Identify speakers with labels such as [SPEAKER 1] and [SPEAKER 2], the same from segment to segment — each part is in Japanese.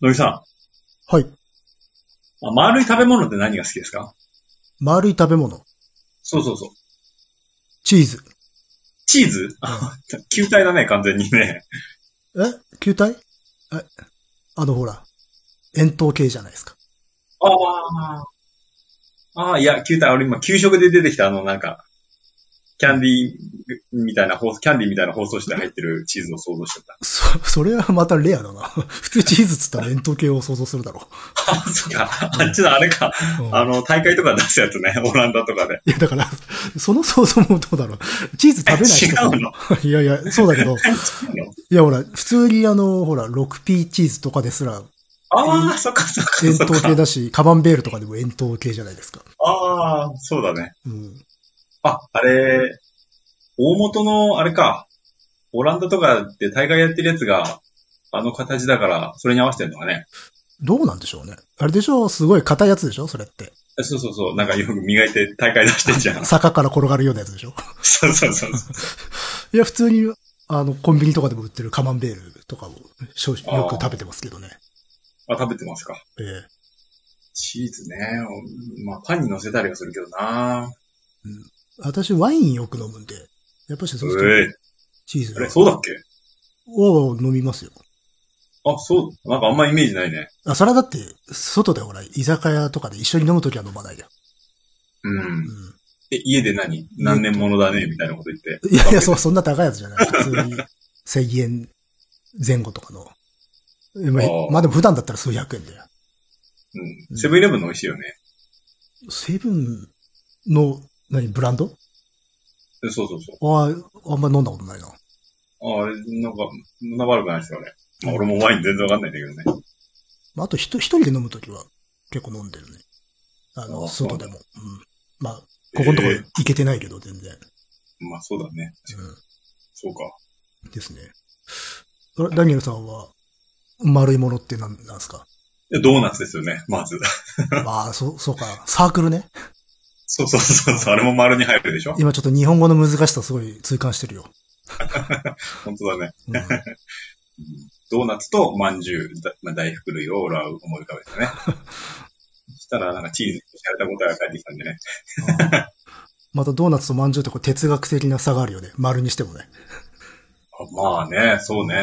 [SPEAKER 1] 野木さ
[SPEAKER 2] はい。
[SPEAKER 1] ん、あ丸い食べ物って何が好きですか
[SPEAKER 2] 丸い食べ物。
[SPEAKER 1] そうそうそう。
[SPEAKER 2] チーズ。
[SPEAKER 1] チーズあ 球体だね、完全にね。
[SPEAKER 2] え球体えあのほら、円筒形じゃないですか。
[SPEAKER 1] ああ。ああ、いや、球体、俺今、給食で出てきたあの、なんか、キャンディーみたいな包、キャンディーみたいな包装紙で入ってるチーズを想像してた。
[SPEAKER 2] そ、 それはまたレアだな。 普通チーズっつったら円筒形を想像するだろ
[SPEAKER 1] あ、そっか。あっちのあれか。
[SPEAKER 2] う。うん
[SPEAKER 1] あの、大会とか出すやつね。オランダとかで。
[SPEAKER 2] いや、だから、その想像もどうだろう。チーズ食べない人か
[SPEAKER 1] え違うの
[SPEAKER 2] いやいや、そうだけ
[SPEAKER 1] 違
[SPEAKER 2] ど、
[SPEAKER 1] うの
[SPEAKER 2] いやほら、普通にあの、ほら、6P チーズとかですら、
[SPEAKER 1] ああ、そっかそっか
[SPEAKER 2] 円
[SPEAKER 1] そっ
[SPEAKER 2] 筒
[SPEAKER 1] か
[SPEAKER 2] 形。だし、カマンベールとかでも円筒形じゃないですか。
[SPEAKER 1] ああ、そうだね。
[SPEAKER 2] うん。
[SPEAKER 1] あ、あれ、大元の、あれか、オランダとかで大会やってるやつが、あの形だから、それに合わせてるのがね。
[SPEAKER 2] どうなんでしょうね。あれでしょすごい硬いやつでしょそれって。
[SPEAKER 1] えそうそうそう、なんかよく磨いて大会出してん じゃん。
[SPEAKER 2] 坂から転がるようなやつでしょ
[SPEAKER 1] そうそうそう。
[SPEAKER 2] いや、普通に、あの、コンビニとかでも売ってるカマンベールとかを少々よく食べてますけどね。
[SPEAKER 1] あ、食べてますか。
[SPEAKER 2] ええ
[SPEAKER 1] チーズね。まあ、パンに乗せたりはするけどな
[SPEAKER 2] 私、ワインよく飲むんで、やっぱしそうす
[SPEAKER 1] え
[SPEAKER 2] る
[SPEAKER 1] え
[SPEAKER 2] と、チーズ
[SPEAKER 1] あれ、そうだっけ
[SPEAKER 2] を飲みますよ。
[SPEAKER 1] あ、そう。なんかあんまイメージないね。
[SPEAKER 2] あ、それはだって、外でほら、居酒屋とかで一緒に飲むときは飲まないよ。
[SPEAKER 1] う。
[SPEAKER 2] うんん。
[SPEAKER 1] え、家で何何年ものだねみたいなこと言って。
[SPEAKER 2] いやいや、そう、そんな高いやつじゃない。普通に、1000円前後とかの。でも
[SPEAKER 1] あー
[SPEAKER 2] まあでも普段だったら数百円だよ。
[SPEAKER 1] うん。セブンイレブンの美味しいよね。
[SPEAKER 2] セブンの、何、ブランド
[SPEAKER 1] そうそうそう。
[SPEAKER 2] ああ、あんま飲んだことないな。
[SPEAKER 1] ああれ、なんか、そんな悪くないですよ、ねまあ、俺もワイン全然わかんないんだけどね。
[SPEAKER 2] まあ、あと一人一人で飲むときは結構飲んでるね。あの、
[SPEAKER 1] あ
[SPEAKER 2] 外でも。うん。まあ、ここのところ
[SPEAKER 1] え
[SPEAKER 2] 行けてないけど、全然。
[SPEAKER 1] えまあそうだね。そうか。
[SPEAKER 2] うん。ですね。あれダニエルさんは、丸いものって何なんです か
[SPEAKER 1] でドーナツですよね、まず。
[SPEAKER 2] ああ、そう、そうか。サークルね。
[SPEAKER 1] そうそうそうそう、あれも丸に入るでしょ
[SPEAKER 2] 今ちょっと日本語の難しさすごい痛感してるよ。
[SPEAKER 1] 本当だね。
[SPEAKER 2] うん
[SPEAKER 1] ドーナツと饅頭、だまあ、大福類を俺は思い浮かべてね。そしたらなんかチーズにされた答えが返ってきたんでね。
[SPEAKER 2] ああまたドーナツと饅頭ってこう哲学的な差があるよね。丸にしてもね。
[SPEAKER 1] あまあね、そうね、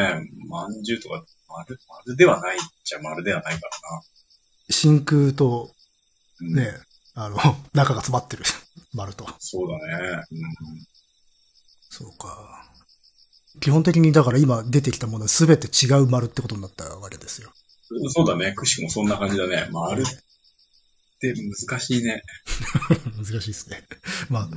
[SPEAKER 1] 饅頭とか丸、丸ではないっちゃ丸ではないか
[SPEAKER 2] 真空と
[SPEAKER 1] らな。うん
[SPEAKER 2] ね、あの、中が詰まってる。丸と。
[SPEAKER 1] そうだね。
[SPEAKER 2] そうか。基本的にだから今出てきたものすべて違う丸ってことになったわ けですよ。
[SPEAKER 1] うん、そうだね、くしくもそんな感じだね。丸って難しいね。
[SPEAKER 2] 難しいですね。 まあ、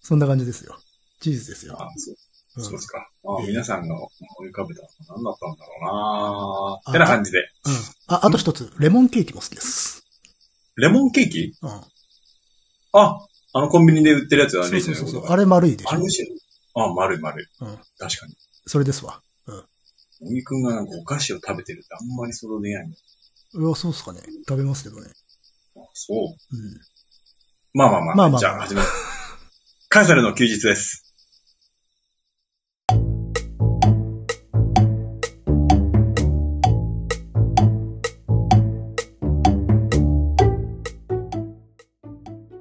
[SPEAKER 2] そんな感じですよ。チーズですよ。
[SPEAKER 1] あそう
[SPEAKER 2] うん
[SPEAKER 1] そうですか。まあ、
[SPEAKER 2] ええ
[SPEAKER 1] 皆さんが思い浮かべたのは何だったんだろうな
[SPEAKER 2] あ
[SPEAKER 1] ってな感じで。
[SPEAKER 2] うんあ、あと一つ、レモンケーキも好きです。
[SPEAKER 1] レモンケーキ
[SPEAKER 2] うん。
[SPEAKER 1] あ、あのコンビニで売ってるやつだ
[SPEAKER 2] そ
[SPEAKER 1] ね。
[SPEAKER 2] うそうそうそう。
[SPEAKER 1] あ
[SPEAKER 2] あ
[SPEAKER 1] れ
[SPEAKER 2] れ丸いでし
[SPEAKER 1] あれ
[SPEAKER 2] ょ
[SPEAKER 1] 美味。しいのあ、丸い丸い。
[SPEAKER 2] うん
[SPEAKER 1] 確かに。
[SPEAKER 2] それですわ。
[SPEAKER 1] おみくんがなんかお菓子を食べてるってあんまり想像できないんだ
[SPEAKER 2] うわ、そうっすかね。食べますけどね。
[SPEAKER 1] あそう。
[SPEAKER 2] うん。
[SPEAKER 1] まあまあまあ。
[SPEAKER 2] まあまあ
[SPEAKER 1] じゃあ、始めよう。カエサルの休日です。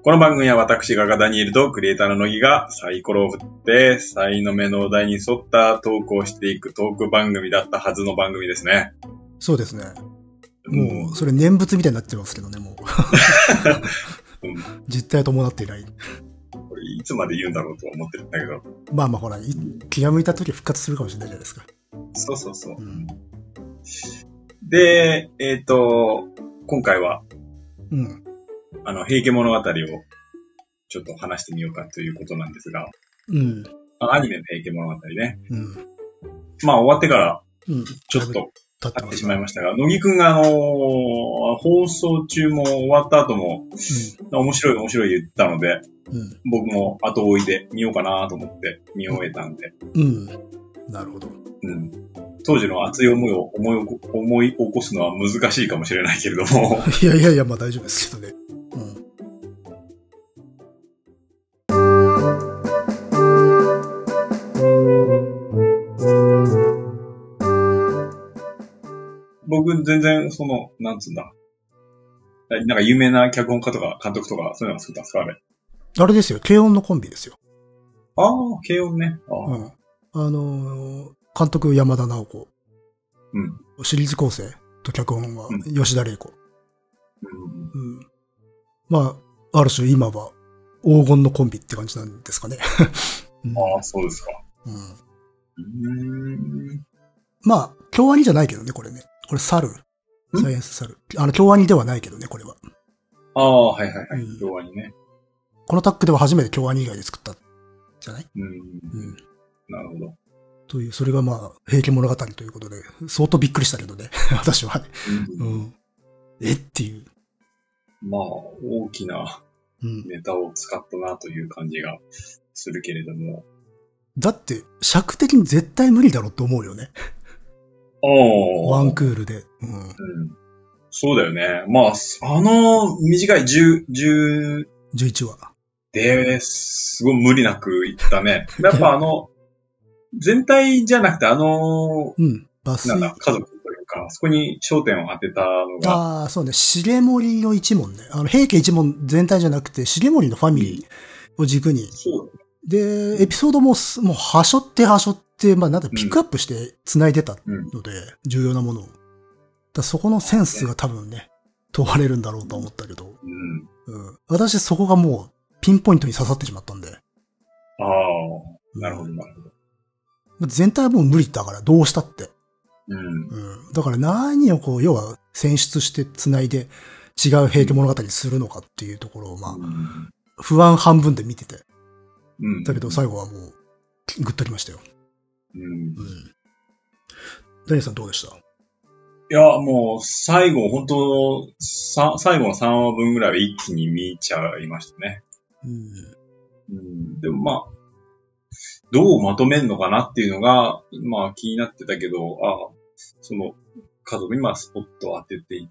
[SPEAKER 1] この番組は私、画家ダニエルとクリエイターの乃木がサイコロを振って、サイの目のお題に沿ったトークをしていくトーク番組だったはずの番組ですね。
[SPEAKER 2] そうですね。も
[SPEAKER 1] ん
[SPEAKER 2] う、それ念仏みたいになってますけどね、も
[SPEAKER 1] う
[SPEAKER 2] う。
[SPEAKER 1] ん
[SPEAKER 2] 実態は伴っていない。
[SPEAKER 1] これいつまで言うんだろうとは思ってるんだけど。
[SPEAKER 2] まあまあほら、い気が向いた時復活するかもしれないじゃないですか。
[SPEAKER 1] そうそうそう。
[SPEAKER 2] うん。
[SPEAKER 1] で、えっ、と、今回は、
[SPEAKER 2] うん。
[SPEAKER 1] あの、平家物語をちょっと話してみようかということなんですが、
[SPEAKER 2] うん。
[SPEAKER 1] あアニメの平家物語ね。
[SPEAKER 2] うん。
[SPEAKER 1] まあ、終わってから
[SPEAKER 2] うん。
[SPEAKER 1] ちょっと
[SPEAKER 2] だいぶ経っ
[SPEAKER 1] 経
[SPEAKER 2] て
[SPEAKER 1] っ
[SPEAKER 2] ま
[SPEAKER 1] て
[SPEAKER 2] す
[SPEAKER 1] しまいましたが、乃木くんが、あのー放送中も終わった後も、面白い面白い言ったので、
[SPEAKER 2] うん。
[SPEAKER 1] 僕も後追いで見ようかなと思って見終えたんで、
[SPEAKER 2] うん。うん。なるほど。
[SPEAKER 1] うん。当時の熱い思いを思い起こ思い起こすのは難しいかもしれないけれども、
[SPEAKER 2] いやいやいや、まあ大丈夫ですけどね。うん。
[SPEAKER 1] 僕全然その、なんつうんだ。なんか有名な脚本家とか監督とか、そういうのが作ったんですかあれ。
[SPEAKER 2] あれですよ、軽音のコンビですよ。
[SPEAKER 1] ああ、軽音ね。あ
[SPEAKER 2] う
[SPEAKER 1] あ、
[SPEAKER 2] ん。あのー監督山田直子。
[SPEAKER 1] うん。
[SPEAKER 2] シリーズ構成と脚本は
[SPEAKER 1] うん
[SPEAKER 2] 吉田玲子。
[SPEAKER 1] うん
[SPEAKER 2] うん。まあ、ある種今は黄金のコンビって感じなんですかね。 うん
[SPEAKER 1] ああ、そうですか。
[SPEAKER 2] うん
[SPEAKER 1] うーん。
[SPEAKER 2] まあ、京アニじゃないけどね、これね。これ猿。サイエンス猿。あの、京アニではないけどね、これは。
[SPEAKER 1] ああ、はいはいは
[SPEAKER 2] う
[SPEAKER 1] い。
[SPEAKER 2] ん
[SPEAKER 1] 両輪にね。
[SPEAKER 2] このタッグでは初めて京アニ以外で作った、じゃない
[SPEAKER 1] うん。
[SPEAKER 2] うん。
[SPEAKER 1] なるほど。
[SPEAKER 2] という、それがまあ、平家物語ということで、 相当びっくりしたけどね、私は。
[SPEAKER 1] う
[SPEAKER 2] うんん。えっていう。
[SPEAKER 1] まあ、大きな
[SPEAKER 2] うん。
[SPEAKER 1] ネタを使ったなという感じがするけれども。
[SPEAKER 2] だって、尺的に絶対無理だろうと思うよね。
[SPEAKER 1] ああ。
[SPEAKER 2] ワンクールで。うん。
[SPEAKER 1] うん。そうだよね。まあ、あの短い10、10
[SPEAKER 2] 11話。
[SPEAKER 1] で、すごい無理なくいった ね。やっぱあの、全体じゃなくてあの、
[SPEAKER 2] うん。バス
[SPEAKER 1] なんだ、家族というか、そこに焦点を当てたのが、
[SPEAKER 2] ああ、そうね。重森の一門ね。あの、平家一門全体じゃなくて、重森のファミリーを軸に。
[SPEAKER 1] そう
[SPEAKER 2] で、エピソードもす、もう、はしょってはしょって、まあ、なんだ、
[SPEAKER 1] ん
[SPEAKER 2] ピックアップして繋いでた
[SPEAKER 1] うん。
[SPEAKER 2] ので、重要なものを。だからそこのセンスが多分ね、問われるんだろうと思ったけど、
[SPEAKER 1] うん。
[SPEAKER 2] うん。私そこがもう、ピンポイントに刺さってしまったんで。
[SPEAKER 1] ああ、なるほど、なるほど。
[SPEAKER 2] 全体はもう無理だから、どうしたって。
[SPEAKER 1] うん。
[SPEAKER 2] うん。だから何をこう、要は選出して繋いで、違う平家物語にするのかっていうところを、まあ、不安半分で見てて。
[SPEAKER 1] うん。
[SPEAKER 2] だけど最後はもう、グッときましたよ。
[SPEAKER 1] うん
[SPEAKER 2] う。ん。ダニエルさんどうでした
[SPEAKER 1] いや、もう、最後、本当さ最後の3話分ぐらいは一気に見ちゃいましたね。
[SPEAKER 2] うん。
[SPEAKER 1] うんでもまあ、どうまとめるのかなっていうのが、まあ気になってたけど、ああ、その家族にまあスポットを当てていっ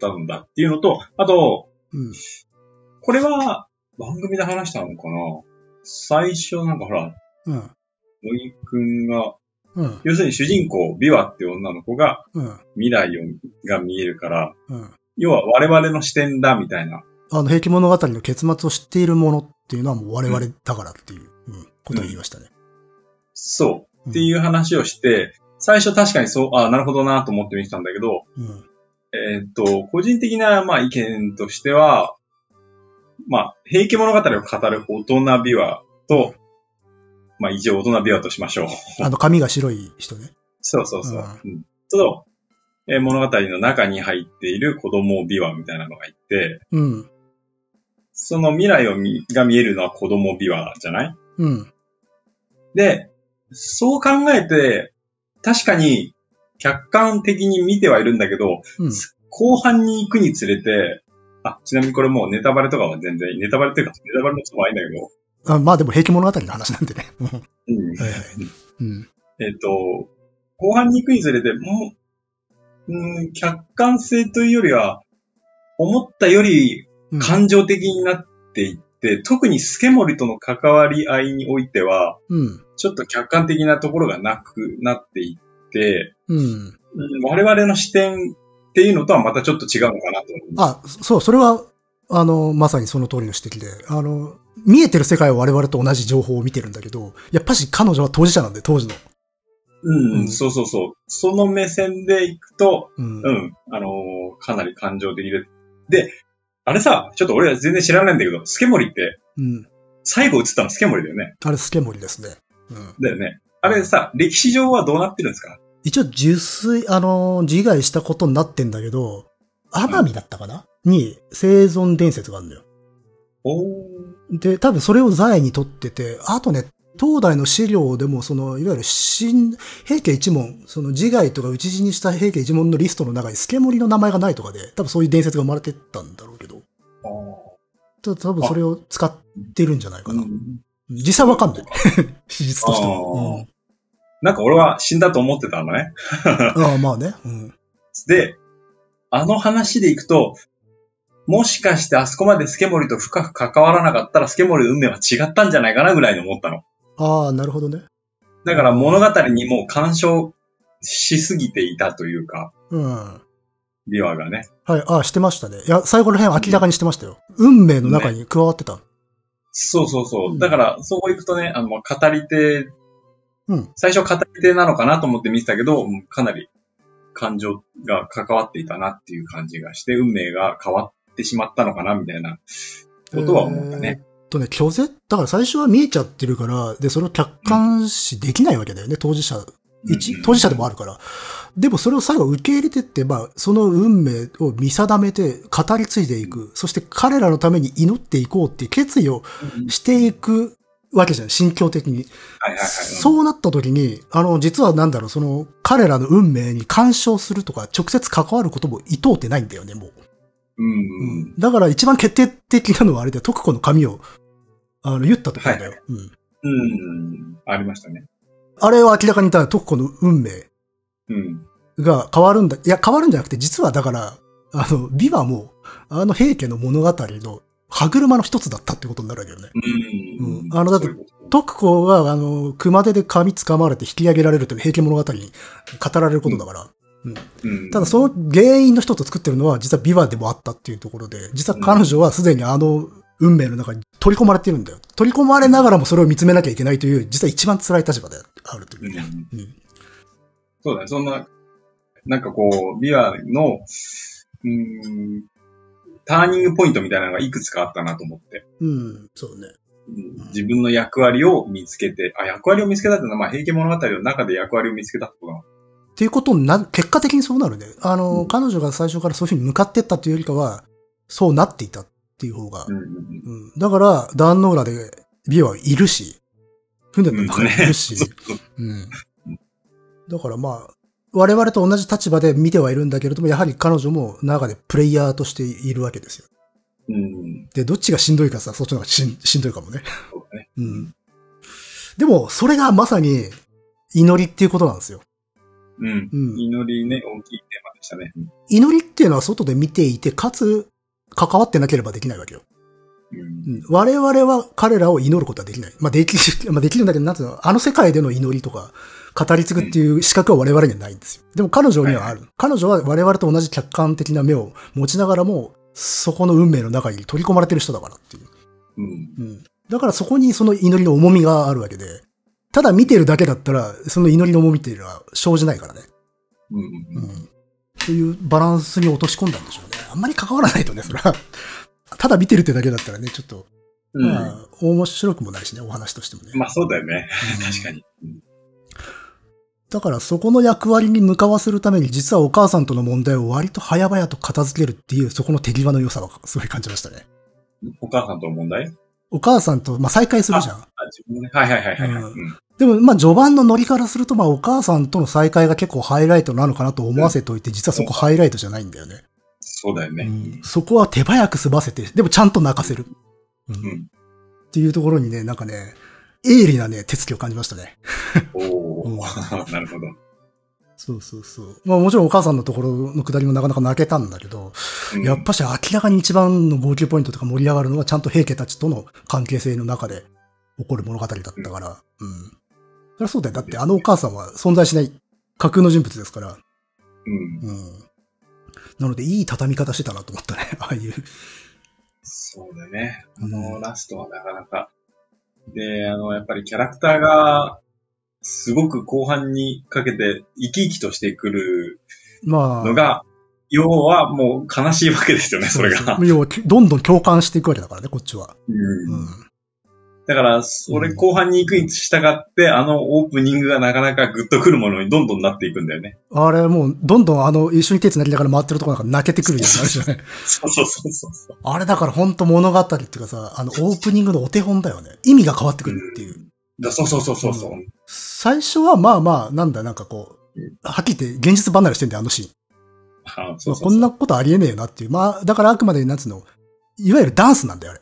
[SPEAKER 1] たんだっていうのと、あと、
[SPEAKER 2] うん。
[SPEAKER 1] これは番組で話したのかな最初なんかほら、
[SPEAKER 2] うん。
[SPEAKER 1] 森くんが、
[SPEAKER 2] うん。
[SPEAKER 1] 要するに主人公、ビワって女の子が
[SPEAKER 2] うん。
[SPEAKER 1] 未来をが見えるから、
[SPEAKER 2] うん。
[SPEAKER 1] 要は我々の視点だみたいな。
[SPEAKER 2] あの、平家物語の結末を知っているものっていうのはもう我々だからっていう、うん、ことを言いましたね。
[SPEAKER 1] そう。っていう話をして、最初確かにそう、ああ、なるほどなと思って見てたんだけど、
[SPEAKER 2] うん。
[SPEAKER 1] えーっと、個人的な、まあ、意見としては、まあ、平家物語を語る大人琵琶と、まあ、一応大人琵琶としましょう。
[SPEAKER 2] あの、髪が白い人ね。
[SPEAKER 1] そうそうそう。
[SPEAKER 2] う
[SPEAKER 1] うん、と、えー物語の中に入っている子供琵琶みたいなのがいて、
[SPEAKER 2] うん。
[SPEAKER 1] その未来を見が見えるのは子供琵琶じゃない
[SPEAKER 2] うん。
[SPEAKER 1] で、そう考えて、確かに客観的に見てはいるんだけど、
[SPEAKER 2] うん。
[SPEAKER 1] 後半に行くにつれて、あ、ちなみにこれもうネタバレとかは全然、ネタバレというか、ネタバレもちょっとないんだけど、
[SPEAKER 2] あまあでも平家物語の話なんでね。うん
[SPEAKER 1] うん
[SPEAKER 2] はいはい。うん。
[SPEAKER 1] えっ、と、後半に行くにつれて、もう、うん、客観性というよりは、思ったより
[SPEAKER 2] うん
[SPEAKER 1] 感情的になっていって、特にスケモリとの関わり合いにおいては、
[SPEAKER 2] うん。
[SPEAKER 1] ちょっと客観的なところがなくなっていって、
[SPEAKER 2] うん。
[SPEAKER 1] うん我々の視点っていうのとはまたちょっと違うのかなと思う。
[SPEAKER 2] あ、そう、それは、あの、まさにその通りの指摘で、あの、見えてる世界は我々と同じ情報を見てるんだけど、やっぱし彼女は当事者なんで、当時の。
[SPEAKER 1] う
[SPEAKER 2] うん
[SPEAKER 1] ん、そうそうそう。その目線で行くと、
[SPEAKER 2] うん。
[SPEAKER 1] うん、あのーかなり感情的で。で、あれさ、ちょっと俺は全然知らないんだけど、スケモリって、
[SPEAKER 2] うん。
[SPEAKER 1] 最後映ったのスケモリだよね。
[SPEAKER 2] あれ、スケモリですね。うん。
[SPEAKER 1] だよね。あれさ、歴史上はどうなってるんですか
[SPEAKER 2] 一応、受水、あの、自害したことになってんだけど、奄美だったかな、に生存伝説があるんだよ。
[SPEAKER 1] おー。
[SPEAKER 2] で、多分それを財に取ってて、あとね、東大の資料でも、その、いわゆる新、平家一門、その自害とか討ち死にした平家一門のリストの中に、スケモリの名前がないとかで、多分そういう伝説が生まれてったんだろうけど、
[SPEAKER 1] あ
[SPEAKER 2] た多分それを使ってるんじゃない
[SPEAKER 1] ー
[SPEAKER 2] かな。
[SPEAKER 1] うん
[SPEAKER 2] 実際わかんない。史実として
[SPEAKER 1] あ
[SPEAKER 2] も。
[SPEAKER 1] なんか俺は死んだと思ってたんだね。
[SPEAKER 2] うん、ああ、まあね。うん。
[SPEAKER 1] で、あの話で行くと、もしかしてあそこまでスケモリと深く関わらなかったら、スケモリの運命は違ったんじゃないかなぐらいに思ったの。
[SPEAKER 2] ああ、なるほどね。
[SPEAKER 1] だから物語にもう干渉しすぎていたというか、
[SPEAKER 2] うん。は
[SPEAKER 1] 琵琶がね。
[SPEAKER 2] い、あしてましたね。いや、最後の辺明らかにしてましたよ。運命の中に加わってた。
[SPEAKER 1] そうそうそうう。
[SPEAKER 2] ん
[SPEAKER 1] だから、そこ行くとね、あの、まあ語り手、
[SPEAKER 2] うん
[SPEAKER 1] 最初語り手なのかなと思って見てたけど、もうかなり感情が関わっていたなっていう感じがして、運命が変わってしまったのかな、みたいなことは思ったね。
[SPEAKER 2] えーっとね、拒絶、だから最初は見えちゃってるから、で、それを客観視できないわけだよね、当事者。
[SPEAKER 1] うんう
[SPEAKER 2] 一、
[SPEAKER 1] ん
[SPEAKER 2] 当事者でもあるから。でもそれを最後受け入れてって、まあ、その運命を見定めて語り継いでいく。そして彼らのために祈っていこうっていう決意を
[SPEAKER 1] うん
[SPEAKER 2] していくわけじゃん、心境的に。
[SPEAKER 1] はいはいはい。
[SPEAKER 2] そうなった時に、あの、実はなんだろう、その、彼らの運命に干渉するとか、直接関わることもいとうてないんだよね、もう。
[SPEAKER 1] うん。
[SPEAKER 2] う
[SPEAKER 1] うん
[SPEAKER 2] んだから一番決定的なのはあれだよ、徳子の髪を、あの、言ったところだよ。
[SPEAKER 1] は
[SPEAKER 2] うん。
[SPEAKER 1] うん。ありましたね。
[SPEAKER 2] あれは明らかにだ、徳子の運命
[SPEAKER 1] うん。
[SPEAKER 2] が変わるんだ。いや、変わるんじゃなくて、実はだから、あの、美はもう、あの平家の物語の歯車の一つだったってことになるわけよね。
[SPEAKER 1] うん。
[SPEAKER 2] うんあのだって
[SPEAKER 1] そういうこと
[SPEAKER 2] 徳子が、あの、熊手で髪掴まれて引き上げられるという平家物語に語られることだから、
[SPEAKER 1] うん
[SPEAKER 2] ただその原因の一つを作ってるのは、実は美和でもあったっていうところで、実は彼女はすでにあの運命の中に取り込まれてるんだよ。取り込まれながらもそれを見つめなきゃいけないという、実は一番辛い立場であるといううね。
[SPEAKER 1] ん
[SPEAKER 2] うん。
[SPEAKER 1] そうだね。そんな、なんかこう、ビアの、うーん、ターニングポイントみたいなのがいくつかあったなと思って。
[SPEAKER 2] うん、そうね。
[SPEAKER 1] うん自分の役割を見つけて、あ、役割を見つけたっていうのは、まあ、平家物語の中で役割を見つけたってことなの。
[SPEAKER 2] っていうことにな、結果的にそうなるね。あの、
[SPEAKER 1] うん
[SPEAKER 2] 彼女が最初からそういうふうに向かってったというよりかは、そうなっていたっていう方が、
[SPEAKER 1] うんうんうん。
[SPEAKER 2] うん。だから、壇の裏で美和はいるし、船の中にいるし、うん。だからまあ、我々と同じ立場で見てはいるんだけれども、やはり彼女も中でプレイヤーとしているわけですよ。
[SPEAKER 1] うん。
[SPEAKER 2] で、どっちがしんどいかさ、そっちの方がしんしんどいかもね。
[SPEAKER 1] そうだね。
[SPEAKER 2] うん。でも、それがまさに祈りっていうことなんですよ。
[SPEAKER 1] うん。
[SPEAKER 2] うん。
[SPEAKER 1] 祈りね、大きいテーマでしたね。
[SPEAKER 2] 祈りっていうのは外で見ていて、かつ、関わってなければできないわけよ。
[SPEAKER 1] うん。
[SPEAKER 2] うん。我々は彼らを祈ることはできない。まあ、できる、 まあ、できるんだけど、なんつうの、あの世界での祈りとか、語り継ぐっていう資格は我々にはないんですよ。でも彼女にはある。彼女は我々と同じ客観的な目を持ちながらも、そこの運命の中に取り込まれてる人だからっていう。
[SPEAKER 1] うん。
[SPEAKER 2] うん。だからそこにその祈りの重みがあるわけで、ただ見てるだけだったら、その祈りの重みっていうのは生じないからね。
[SPEAKER 1] うん。う。
[SPEAKER 2] うんん。というバランスに落とし込んだんでしょうね。あんまり関わらないとね、それは。ただ見てるってだけだったらね、ちょっと
[SPEAKER 1] うん
[SPEAKER 2] まあ、面白くもないしね、お話としてもね。
[SPEAKER 1] まあ、そうだよね。
[SPEAKER 2] うん
[SPEAKER 1] 確かに。
[SPEAKER 2] だから、そこの役割に向かわせるために、実はお母さんとの問題を割と早々と片付けるっていう、そこの手際の良さはすごい感じましたね。
[SPEAKER 1] お母さんとの問題
[SPEAKER 2] お母さんと、まあ、再会するじゃん。
[SPEAKER 1] あ、自分のね。はいはいはいはいはい。
[SPEAKER 2] うん
[SPEAKER 1] うん
[SPEAKER 2] でも、まあ、序盤のノリからすると、まあ、お母さんとの再会が結構ハイライトなのかなと思わせといて、実はそこハイライトじゃないんだよね。
[SPEAKER 1] そうだよね。
[SPEAKER 2] うんそこは手早く済ませて、でもちゃんと泣かせる。うん
[SPEAKER 1] ん
[SPEAKER 2] っていうところにね、なんかね、鋭利なね、手つきを感じましたね。
[SPEAKER 1] お
[SPEAKER 2] うん
[SPEAKER 1] ー。 なるほど。
[SPEAKER 2] そうそうそう。まあもちろんお母さんのところのくだりもなかなか泣けたんだけど、
[SPEAKER 1] うん
[SPEAKER 2] やっぱし明らかに一番の号泣ポイントとか盛り上がるのはちゃんと平家たちとの関係性の中で起こる物語だったから、うん。そりゃそうだよ。だってあのお母さんは存在しない架空の人物ですから、
[SPEAKER 1] うん。
[SPEAKER 2] うん。なのでいい畳み方してたなと思ったね。 ああいう。
[SPEAKER 1] そうだね。あ
[SPEAKER 2] う
[SPEAKER 1] の、
[SPEAKER 2] ん
[SPEAKER 1] ラストはなかなか。で、あの、やっぱりキャラクターが、すごく後半にかけて生き生きとしてくる
[SPEAKER 2] まあ。
[SPEAKER 1] のが、要はもう悲しいわけですよね、それが。
[SPEAKER 2] 要はどんどん共感していくわけだからね、こっちは。
[SPEAKER 1] うん
[SPEAKER 2] うん。
[SPEAKER 1] だから、それ後半に行くに従って、あのオープニングがなかなかグッとくるものにどんどんなっていくんだよね。
[SPEAKER 2] あれもう、どんどんあの、一緒に手繋ぎながら回ってるとこなんか泣けてくるようになるじゃない
[SPEAKER 1] そうそうそうそう。
[SPEAKER 2] あれだから本当物語っていうかさ、あの、オープニングのお手本だよね。意味が変わってくるっていう。
[SPEAKER 1] だそうそうそうそうそう。
[SPEAKER 2] う最初はまあまあ、なんだ、なんかこう
[SPEAKER 1] うん、
[SPEAKER 2] はっきり言って現実離れしてんだよ、あのシーン。
[SPEAKER 1] あそうそうそう
[SPEAKER 2] こんなことありえねえよなっていう。まあ、だからあくまで、なんつうの、いわゆるダンスなんだよ、あれ。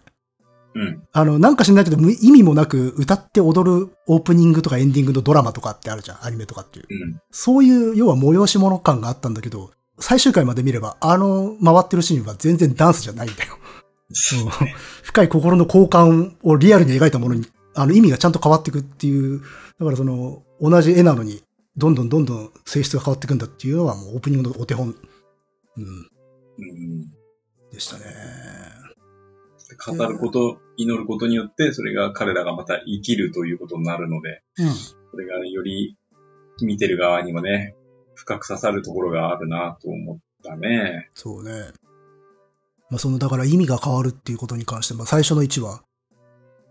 [SPEAKER 1] うん。
[SPEAKER 2] あの、なんか知んないけど、無意味もなく歌って踊るオープニングとかエンディングのドラマとかってあるじゃん、アニメとかっていう。
[SPEAKER 1] うん。
[SPEAKER 2] そういう、要は催し物感があったんだけど、最終回まで見れば、あの、回ってるシーンは全然ダンスじゃないんだよ。
[SPEAKER 1] そう
[SPEAKER 2] うん深い心の交換をリアルに描いたものに、あの意味がちゃんと変わっていくっていう、だからその、同じ絵なのに、どんどんどんどん性質が変わっていくんだっていうのは、もうオープニングのお手本、うん、
[SPEAKER 1] うん。
[SPEAKER 2] でしたね。
[SPEAKER 1] 語ること、祈ることによって、それが彼らがまた生きるということになるので、
[SPEAKER 2] うん。
[SPEAKER 1] それがより見てる側にもね、深く刺さるところがあるなと思ったね。
[SPEAKER 2] そうね。まあ、その、だから意味が変わるっていうことに関して、まあ、最初の1話。
[SPEAKER 1] うん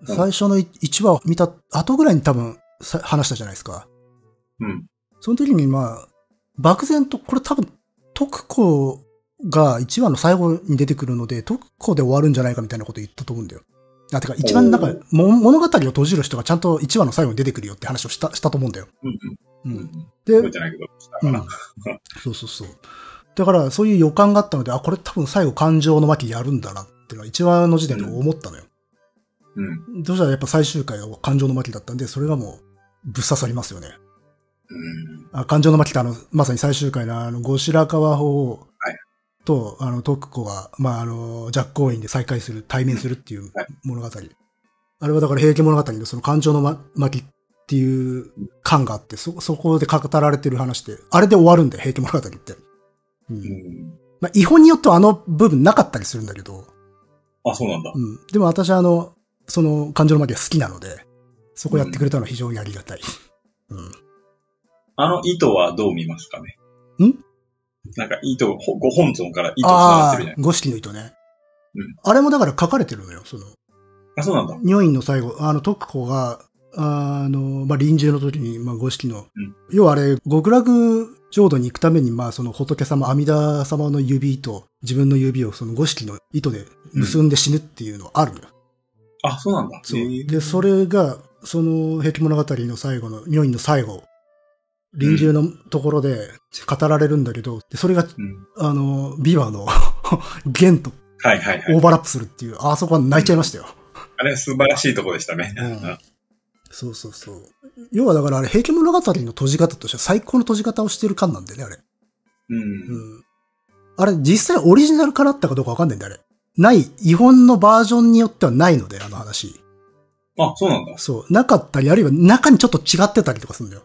[SPEAKER 2] 最初の1話を見た後ぐらいに多分さ話したじゃないですか。
[SPEAKER 1] うん。
[SPEAKER 2] その時にまあ、漠然と、これ多分、徳子が1話の最後に出てくるので、徳子で終わるんじゃないかみたいなこと言ったと思うんだよ。あ、てか一番なんか
[SPEAKER 1] おー、
[SPEAKER 2] も物語を閉じる人がちゃんと1話の最後に出てくるよって話をした、したと思うんだよ。
[SPEAKER 1] うん。
[SPEAKER 2] う。
[SPEAKER 1] うん。うんん。
[SPEAKER 2] で、
[SPEAKER 1] 覚えてないけど、したかな。
[SPEAKER 2] そうそうそう。だから、そういう予感があったので、あ、これ多分最後感情の巻やるんだなっていうのは1話の時点で思ったのよ。
[SPEAKER 1] うん。
[SPEAKER 2] どうしたらやっぱ最終回が感情の巻だったんで、それがもうぶっ刺さりますよね。
[SPEAKER 1] うん。
[SPEAKER 2] あ感情の巻ってあの、まさに最終回のあの、後白河法皇
[SPEAKER 1] はい
[SPEAKER 2] と、あの、徳子が、まあ、あの、若公院で再会する、対面するっていう
[SPEAKER 1] はい
[SPEAKER 2] 物語。あれはだから、平家物語のその感情の、ま、巻っていう感があって、そ、そこで語られてる話で、あれで終わるんだよ、平家物語って。う。
[SPEAKER 1] うんん。
[SPEAKER 2] まあ、違法によってはあの部分なかったりするんだけど、
[SPEAKER 1] あ、そうなんだ
[SPEAKER 2] う。ん。でも私はあの、その感情の巻が好きなので、そこやってくれたのは非常にありがたい。うん。
[SPEAKER 1] あの糸はどう見ますかね
[SPEAKER 2] ん
[SPEAKER 1] なんか糸、ほご本尊から糸繋が
[SPEAKER 2] あ
[SPEAKER 1] っ
[SPEAKER 2] あ
[SPEAKER 1] てるじゃない
[SPEAKER 2] ー、五色の糸ね。
[SPEAKER 1] うん
[SPEAKER 2] あれもだから書かれてるのよ、その、
[SPEAKER 1] あ、そうなんだ。
[SPEAKER 2] 女院の最後、あの、徳子が、あの、まあ、臨終の時に、まあ、五色の、
[SPEAKER 1] うん
[SPEAKER 2] 要はあれ、極楽浄土に行くために、まあ、その仏様、阿弥陀様の指と、自分の指をその五色の糸で結んで死ぬっていうのはあるのよ。
[SPEAKER 1] あ、そうなんだ。
[SPEAKER 2] そ
[SPEAKER 1] へ
[SPEAKER 2] う。
[SPEAKER 1] ー
[SPEAKER 2] で、それが、その、壁物語の最後の、女院の最後、臨終のところで語られるんだけど、でそれが、
[SPEAKER 1] うん。
[SPEAKER 2] あの、ビワの 弦と
[SPEAKER 1] はいはいはい。
[SPEAKER 2] オーバーラップするっていう、あそこは泣いちゃいましたよ。
[SPEAKER 1] あれは素晴らしいとこでしたね。
[SPEAKER 2] うんそうそうそう。要はだからあれ、平家物語の閉じ方としては最高の閉じ方をしてる感なんだよね、あれ。
[SPEAKER 1] うん。
[SPEAKER 2] う
[SPEAKER 1] うん
[SPEAKER 2] ん。あれ、実際オリジナルからあったかどうかわかんないんだよ、あれ。ない、日本のバージョンによってはないので、あの話。
[SPEAKER 1] あ、そうなんだ。
[SPEAKER 2] そう。なかったり、あるいは中にちょっと違ってたりとかするんだよ。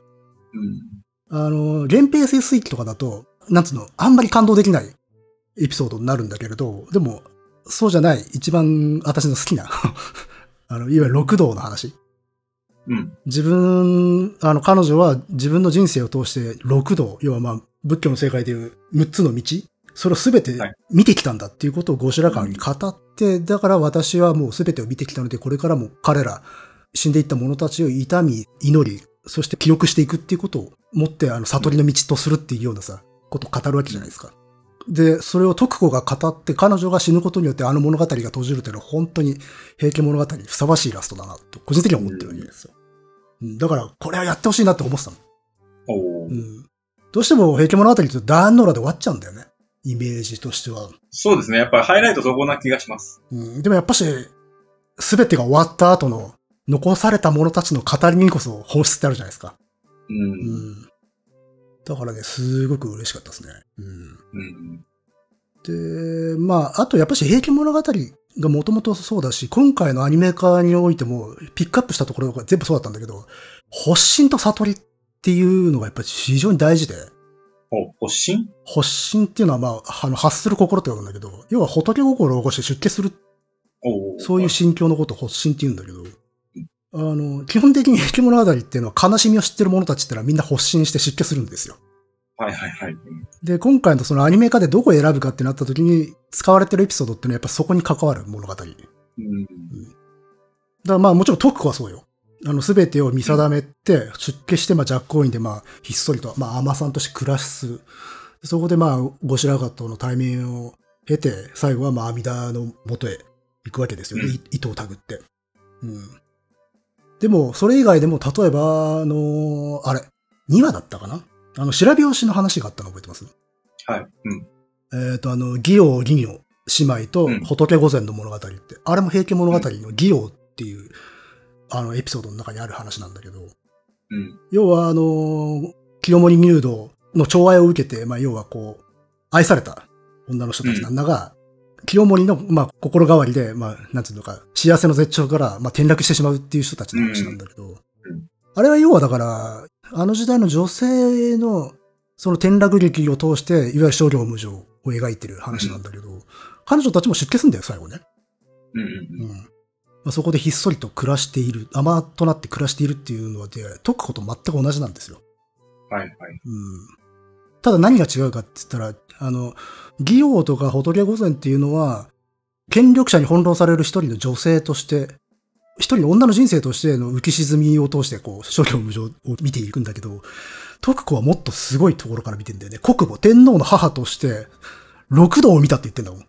[SPEAKER 1] うん。
[SPEAKER 2] あの、連平性水域とかだと、なんつうの、あんまり感動できないエピソードになるんだけれど、でも、そうじゃない、一番私の好きな、 あの、いわゆる六道の話。
[SPEAKER 1] うん。
[SPEAKER 2] 自分、あの、彼女は自分の人生を通して六道、要はまあ、仏教の世界でいう六つの道、それを全て
[SPEAKER 1] はい
[SPEAKER 2] 見てきたんだっていうことを後白河に語って、だから私はもう全てを見てきたので、これからも彼ら、死んでいった者たちを痛み、祈り、そして記憶していくっていうことを持って、あの、悟りの道とするっていうようなさ、ことを語るわけじゃないですか。で、それを徳子が語って、彼女が死ぬことによってあの物語が閉じるというのは本当に平家物語にふさわしいラストだな、と個人的には思ってるわけですよ。うんだから、これはやってほしいなって思ってたの。
[SPEAKER 1] おー
[SPEAKER 2] うん。どうしても平家物語ってダーンノラで終わっちゃうんだよね。イメージとしては。
[SPEAKER 1] そうですね。やっぱりハイライトそこな気がします。
[SPEAKER 2] うん。でもやっぱし、すべてが終わった後の残された者たちの語りにこそ本質ってあるじゃないですか。
[SPEAKER 1] う。
[SPEAKER 2] うんん。だからね、すごく嬉しかったですね。うん。
[SPEAKER 1] うん。
[SPEAKER 2] で、まあ、あとやっぱし平家物語がもともとそうだし、今回のアニメ化においても、ピックアップしたところが全部そうだったんだけど、発信と悟りっていうのがやっぱり非常に大事で、
[SPEAKER 1] お、発信
[SPEAKER 2] 発信っていうのはまあ、あの、発する心ってことなんだけど、要は仏心を起こして出家する、
[SPEAKER 1] おー
[SPEAKER 2] そういう
[SPEAKER 1] は
[SPEAKER 2] 心境のことを発信って言うんだけど、あの、基本的に平家物語っていうのは悲しみを知ってる者たちってのはみんな発信して出家するんですよ。
[SPEAKER 1] はいはいはい。うん
[SPEAKER 2] で、今回のそのアニメ化でどこを選ぶかってなった時に使われてるエピソードってのはやっぱそこに関わる物語。だか
[SPEAKER 1] うん。
[SPEAKER 2] らまあもちろんトクコはそうよ。あの、すべてを見定めて、出家して、まあ、若公院で、まあ、ひっそりと、まあ、アマさんとして暮らす。そこで、まあ、後白河との対面を経て、最後は、まあ、阿弥陀の元へ行くわけですよ
[SPEAKER 1] う
[SPEAKER 2] ね。
[SPEAKER 1] ん
[SPEAKER 2] い糸をたぐって。うん。でも、それ以外でも、例えば、あの、あれ、2話だったかなあの、白拍子の話があったの覚えてます
[SPEAKER 1] はい。うん。
[SPEAKER 2] えっ、と、あの、義王義女姉妹と
[SPEAKER 1] うん
[SPEAKER 2] 仏御前の物語って、あれも平家物語の義王っていう、あの、エピソードの中にある話なんだけど、
[SPEAKER 1] うん。
[SPEAKER 2] 要は、あのー清盛入道の寵愛を受けて、まあ、要はこう、愛された女の人たちなんだが、清盛の、まあ、心変わりで、まあ、なんていうのか、幸せの絶頂から、まあ、転落してしまうっていう人たちの話なんだけど、
[SPEAKER 1] うん
[SPEAKER 2] あれは要はだから、あの時代の女性の、その転落劇を通して、いわゆる商業無常を描いてる話なんだけど、彼女たちも出家するんだよ、最後ね。
[SPEAKER 1] うんうん
[SPEAKER 2] う
[SPEAKER 1] うん
[SPEAKER 2] ん。まあ、そこでひっそりと暮らしている、甘となって暮らしているっていうのは、で解くこと全く同じなんですよ。
[SPEAKER 1] はいはい。
[SPEAKER 2] うん。ただ何が違うかって言ったら、あの、義王とか仏御前っていうのは、権力者に翻弄される一人の女性として、一人の女の人生としての浮き沈みを通して、こう、諸行無常を見ていくんだけど、徳子はもっとすごいところから見てんだよね。国母、天皇の母として、六道を見たって言ってんだもん。
[SPEAKER 1] はい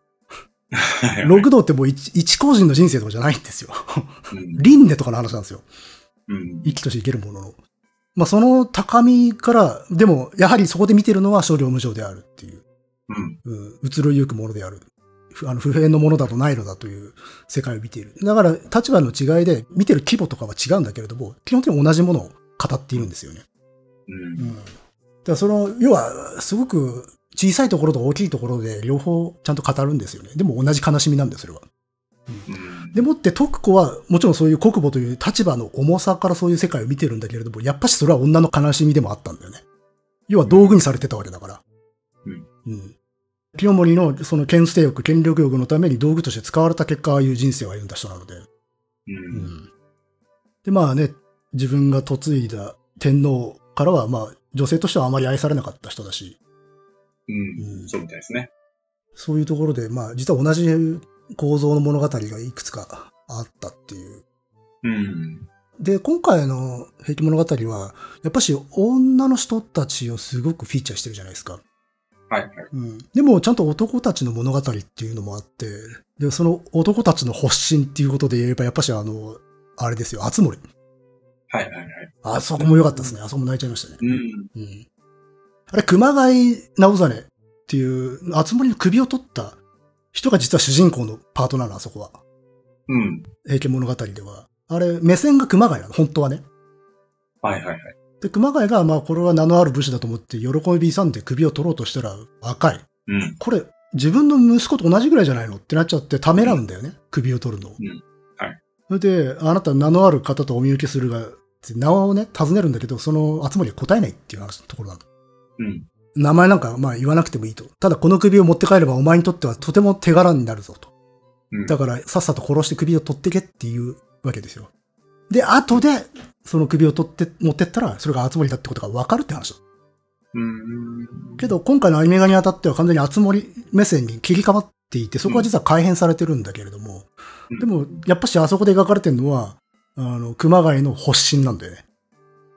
[SPEAKER 1] はい
[SPEAKER 2] 六道ってもう一一個人の人生とかじゃないんですよ。
[SPEAKER 1] うん
[SPEAKER 2] 輪廻とかの話なんですよ。
[SPEAKER 1] うん
[SPEAKER 2] 生きとしていけるものの。まあ、その高みから、でも、やはりそこで見てるのは少量無常であるっていう、
[SPEAKER 1] うん
[SPEAKER 2] うん、移ろいゆくものである。ふあの不平のものだとないのだという世界を見ている。だから、立場の違いで見てる規模とかは違うんだけれども、基本的に同じものを語っているんですよね。
[SPEAKER 1] うん
[SPEAKER 2] うん。だから、その、要は、すごく小さいところと大きいところで両方ちゃんと語るんですよね。でも同じ悲しみなんです、それは。
[SPEAKER 1] うん
[SPEAKER 2] でもって徳子はもちろんそういう国母という立場の重さからそういう世界を見てるんだけれども、やっぱしそれは女の悲しみでもあったんだよね。要は道具にされてたわけだから。
[SPEAKER 1] うん。
[SPEAKER 2] うん。清盛のその権勢欲、権力欲のために道具として使われた結果、ああいう人生を歩んだ人なので。
[SPEAKER 1] う
[SPEAKER 2] うんん。で、まあね、自分が嫁いだ天皇からは、まあ、女性としてはあまり愛されなかった人だし、
[SPEAKER 1] うんそうみたいですね。
[SPEAKER 2] そういうところで、まあ、実は同じ構造の物語がいくつかあったっていう。
[SPEAKER 1] うん。
[SPEAKER 2] で、今回の「平家物語」は、やっぱし女の人たちをすごくフィーチャーしてるじゃないですか。
[SPEAKER 1] はいはい。
[SPEAKER 2] うん。でも、ちゃんと男たちの物語っていうのもあって、で、その男たちの発信っていうことで言えば、やっぱしあの、あれですよ、熱森。
[SPEAKER 1] はいはいはい。
[SPEAKER 2] あそこも良かったですね。あそこも泣いちゃいましたね。
[SPEAKER 1] うん。
[SPEAKER 2] うん。あれ、熊谷直実っていう、熱森の首を取った人が実は主人公のパートなの、あそこは。
[SPEAKER 1] うん。
[SPEAKER 2] 平家物語では。あれ、目線が熊谷なの、本当はね。
[SPEAKER 1] はいはいはい。
[SPEAKER 2] で、熊谷が、まあ、これは名のある武士だと思って、喜び勇んで首を取ろうとしたら、若い。
[SPEAKER 1] うん。
[SPEAKER 2] これ、自分の息子と同じぐらいじゃないのってなっちゃって、ためらうんだよね。首を取るのを。
[SPEAKER 1] うんはい
[SPEAKER 2] それで、あなた名のある方とお見受けするが、って名をね、尋ねるんだけど、その集まりは答えないっていう話のところなの。
[SPEAKER 1] うん。
[SPEAKER 2] 名前なんか、まあ、言わなくてもいいと。ただ、この首を持って帰れば、お前にとってはとても手柄になるぞと。
[SPEAKER 1] うん
[SPEAKER 2] だから、さっさと殺して首を取ってけっていうわけですよ。で、後で、その首を取って、持ってったら、それが集まりだってことが分かるって話だ。
[SPEAKER 1] うん。
[SPEAKER 2] けど、今回のアニメ化にあたっては完全に熱盛目線に切り替わっていて、そこは実は改変されてるんだけれども、
[SPEAKER 1] うん
[SPEAKER 2] でも、やっぱしあそこで描かれてるのは、あの、熊谷の発信なんだよね。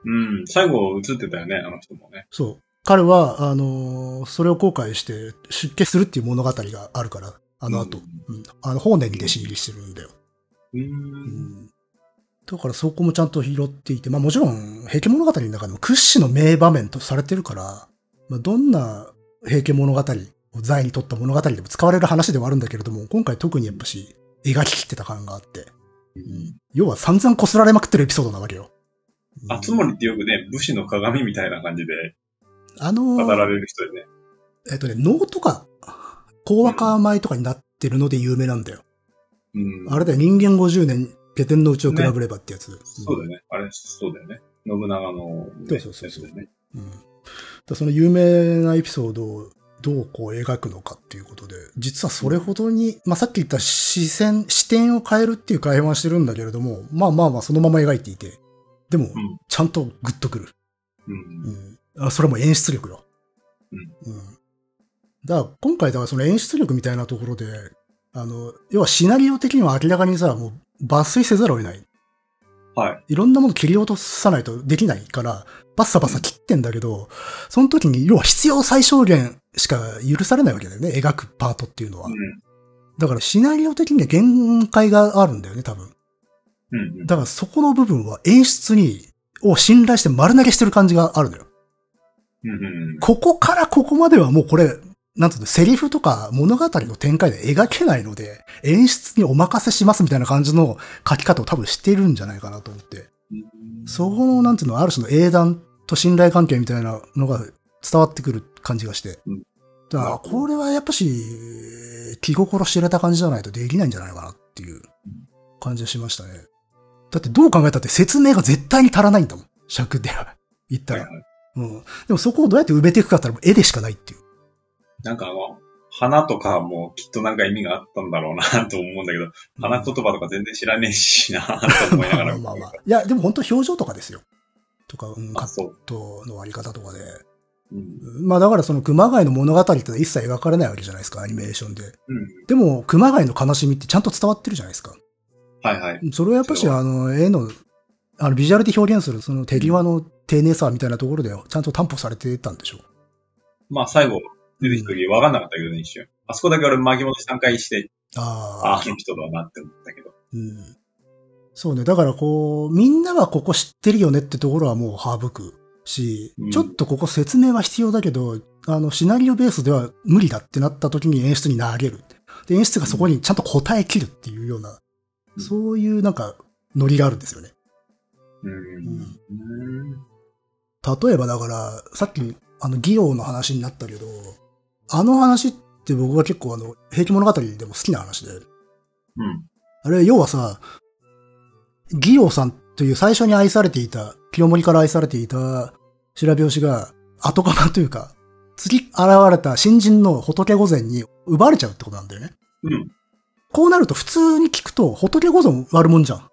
[SPEAKER 1] うん。最後映ってたよね、あの人もね。
[SPEAKER 2] そう。彼は、あのーそれを後悔して出家するっていう物語があるから、あの後、うんあの、法然に弟子入りしてるんだよ。
[SPEAKER 1] うん。
[SPEAKER 2] だからそこもちゃんと拾っていて、まあもちろん、平家物語の中でも屈指の名場面とされてるから、まあどんな平家物語を財に取った物語でも使われる話ではあるんだけれども、今回特にやっぱし描ききってた感があって、
[SPEAKER 1] うん
[SPEAKER 2] 要は散々擦られまくってるエピソードなわけよ。
[SPEAKER 1] あつ森ってよくね、武士の鏡みたいな感じで
[SPEAKER 2] あの
[SPEAKER 1] 語
[SPEAKER 2] ー
[SPEAKER 1] られる人でね。
[SPEAKER 2] えっとね、能とか、講和化米とかになってるので有名なんだよ。
[SPEAKER 1] うん。
[SPEAKER 2] あれだよ、人間50年、下天のうちを比べればってやつ。
[SPEAKER 1] そうだよね。あれ、そうだよね。信長の、
[SPEAKER 2] そ
[SPEAKER 1] ね、
[SPEAKER 2] うそうそうそう
[SPEAKER 1] やつだよね。
[SPEAKER 2] うんだからその有名なエピソードをどうこう描くのかっていうことで、実はそれほどに、まあさっき言った視線、視点を変えるっていう改変はしてるんだけれども、まあまあまあそのまま描いていて、でも
[SPEAKER 1] ん、
[SPEAKER 2] ちゃんとグッとくる。
[SPEAKER 1] うん。
[SPEAKER 2] うんあそれも演出力よ。
[SPEAKER 1] うん
[SPEAKER 2] だから今回、だからその演出力みたいなところで、あの、要はシナリオ的には明らかにさ、もう抜粋せざるを得ない。
[SPEAKER 1] はい。
[SPEAKER 2] いろんなもの切り落とさないとできないから、バッサバサ切ってんだけど、その時に、要は必要最小限しか許されないわけだよね、描くパートっていうのは。
[SPEAKER 1] うん。
[SPEAKER 2] だからシナリオ的には限界があるんだよね、多分。
[SPEAKER 1] うん。うん
[SPEAKER 2] だからそこの部分は演出に、を信頼して丸投げしてる感じがあるのよ。
[SPEAKER 1] うん。うん
[SPEAKER 2] ここからここまではもうこれ、なんつうの、セリフとか物語の展開で描けないので、演出にお任せしますみたいな感じの書き方を多分してるんじゃないかなと思って。そこの、なんていうの、ある種の英断と信頼関係みたいなのが伝わってくる感じがして
[SPEAKER 1] うん。
[SPEAKER 2] だから、これはやっぱし、気心知れた感じじゃないとできないんじゃないかなっていう感じがしましたね。だってどう考えたって説明が絶対に足らないんだもん。尺では。言った
[SPEAKER 1] はい
[SPEAKER 2] ら。
[SPEAKER 1] はい。
[SPEAKER 2] うん。でもそこをどうやって埋めていくかって言ったらもう絵でしかないっていう。
[SPEAKER 1] なんかまあ、花とかもきっとなんか意味があったんだろうなと思うんだけど、花言葉とか全然知らねえしなと思いながら。
[SPEAKER 2] まあまあまあ。いや、でも本当表情とかですよ。とか、うん、カ
[SPEAKER 1] あ、
[SPEAKER 2] ッ
[SPEAKER 1] そう。
[SPEAKER 2] トの割り方とかで。
[SPEAKER 1] うん。
[SPEAKER 2] まあだからその熊谷の物語ってのは一切描かれないわけじゃないですか、アニメーションで。
[SPEAKER 1] うん。
[SPEAKER 2] でも、熊谷の悲しみってちゃんと伝わってるじゃないですか。
[SPEAKER 1] はいはい。
[SPEAKER 2] それはやっぱし、
[SPEAKER 1] それ
[SPEAKER 2] あの、絵の、あの、ビジュアルで表現する、その手際の丁寧さみたいなところで、ちゃんと担保されてたんでしょう。
[SPEAKER 1] まあ最後、出てきた時分かんなかったけどね、一瞬。あそこだけ俺巻き戻し3回して、
[SPEAKER 2] ああ。
[SPEAKER 1] ああの人だなって思ったけど。
[SPEAKER 2] うん。そうね。だからこう、みんなはここ知ってるよねってところはもう省くし、
[SPEAKER 1] うん
[SPEAKER 2] ちょっとここ説明は必要だけど、あの、シナリオベースでは無理だってなった時に演出に投げる。で、演出がそこにちゃんと答え切るっていうような、
[SPEAKER 1] うん
[SPEAKER 2] そういうなんか、ノリがあるんですよね。
[SPEAKER 1] うん。うん。
[SPEAKER 2] 例えばだから、さっき、あの、技王の話になったけど、あの話って僕は結構あの、平気物語でも好きな話で、
[SPEAKER 1] うん。
[SPEAKER 2] あれ、要はさ、義王さんという最初に愛されていた、清盛から愛されていた白拍子が、後釜というか、次現れた新人の仏御前に奪われちゃうってことなんだよね。
[SPEAKER 1] うん。
[SPEAKER 2] こうなると普通に聞くと、仏御前悪者じゃん。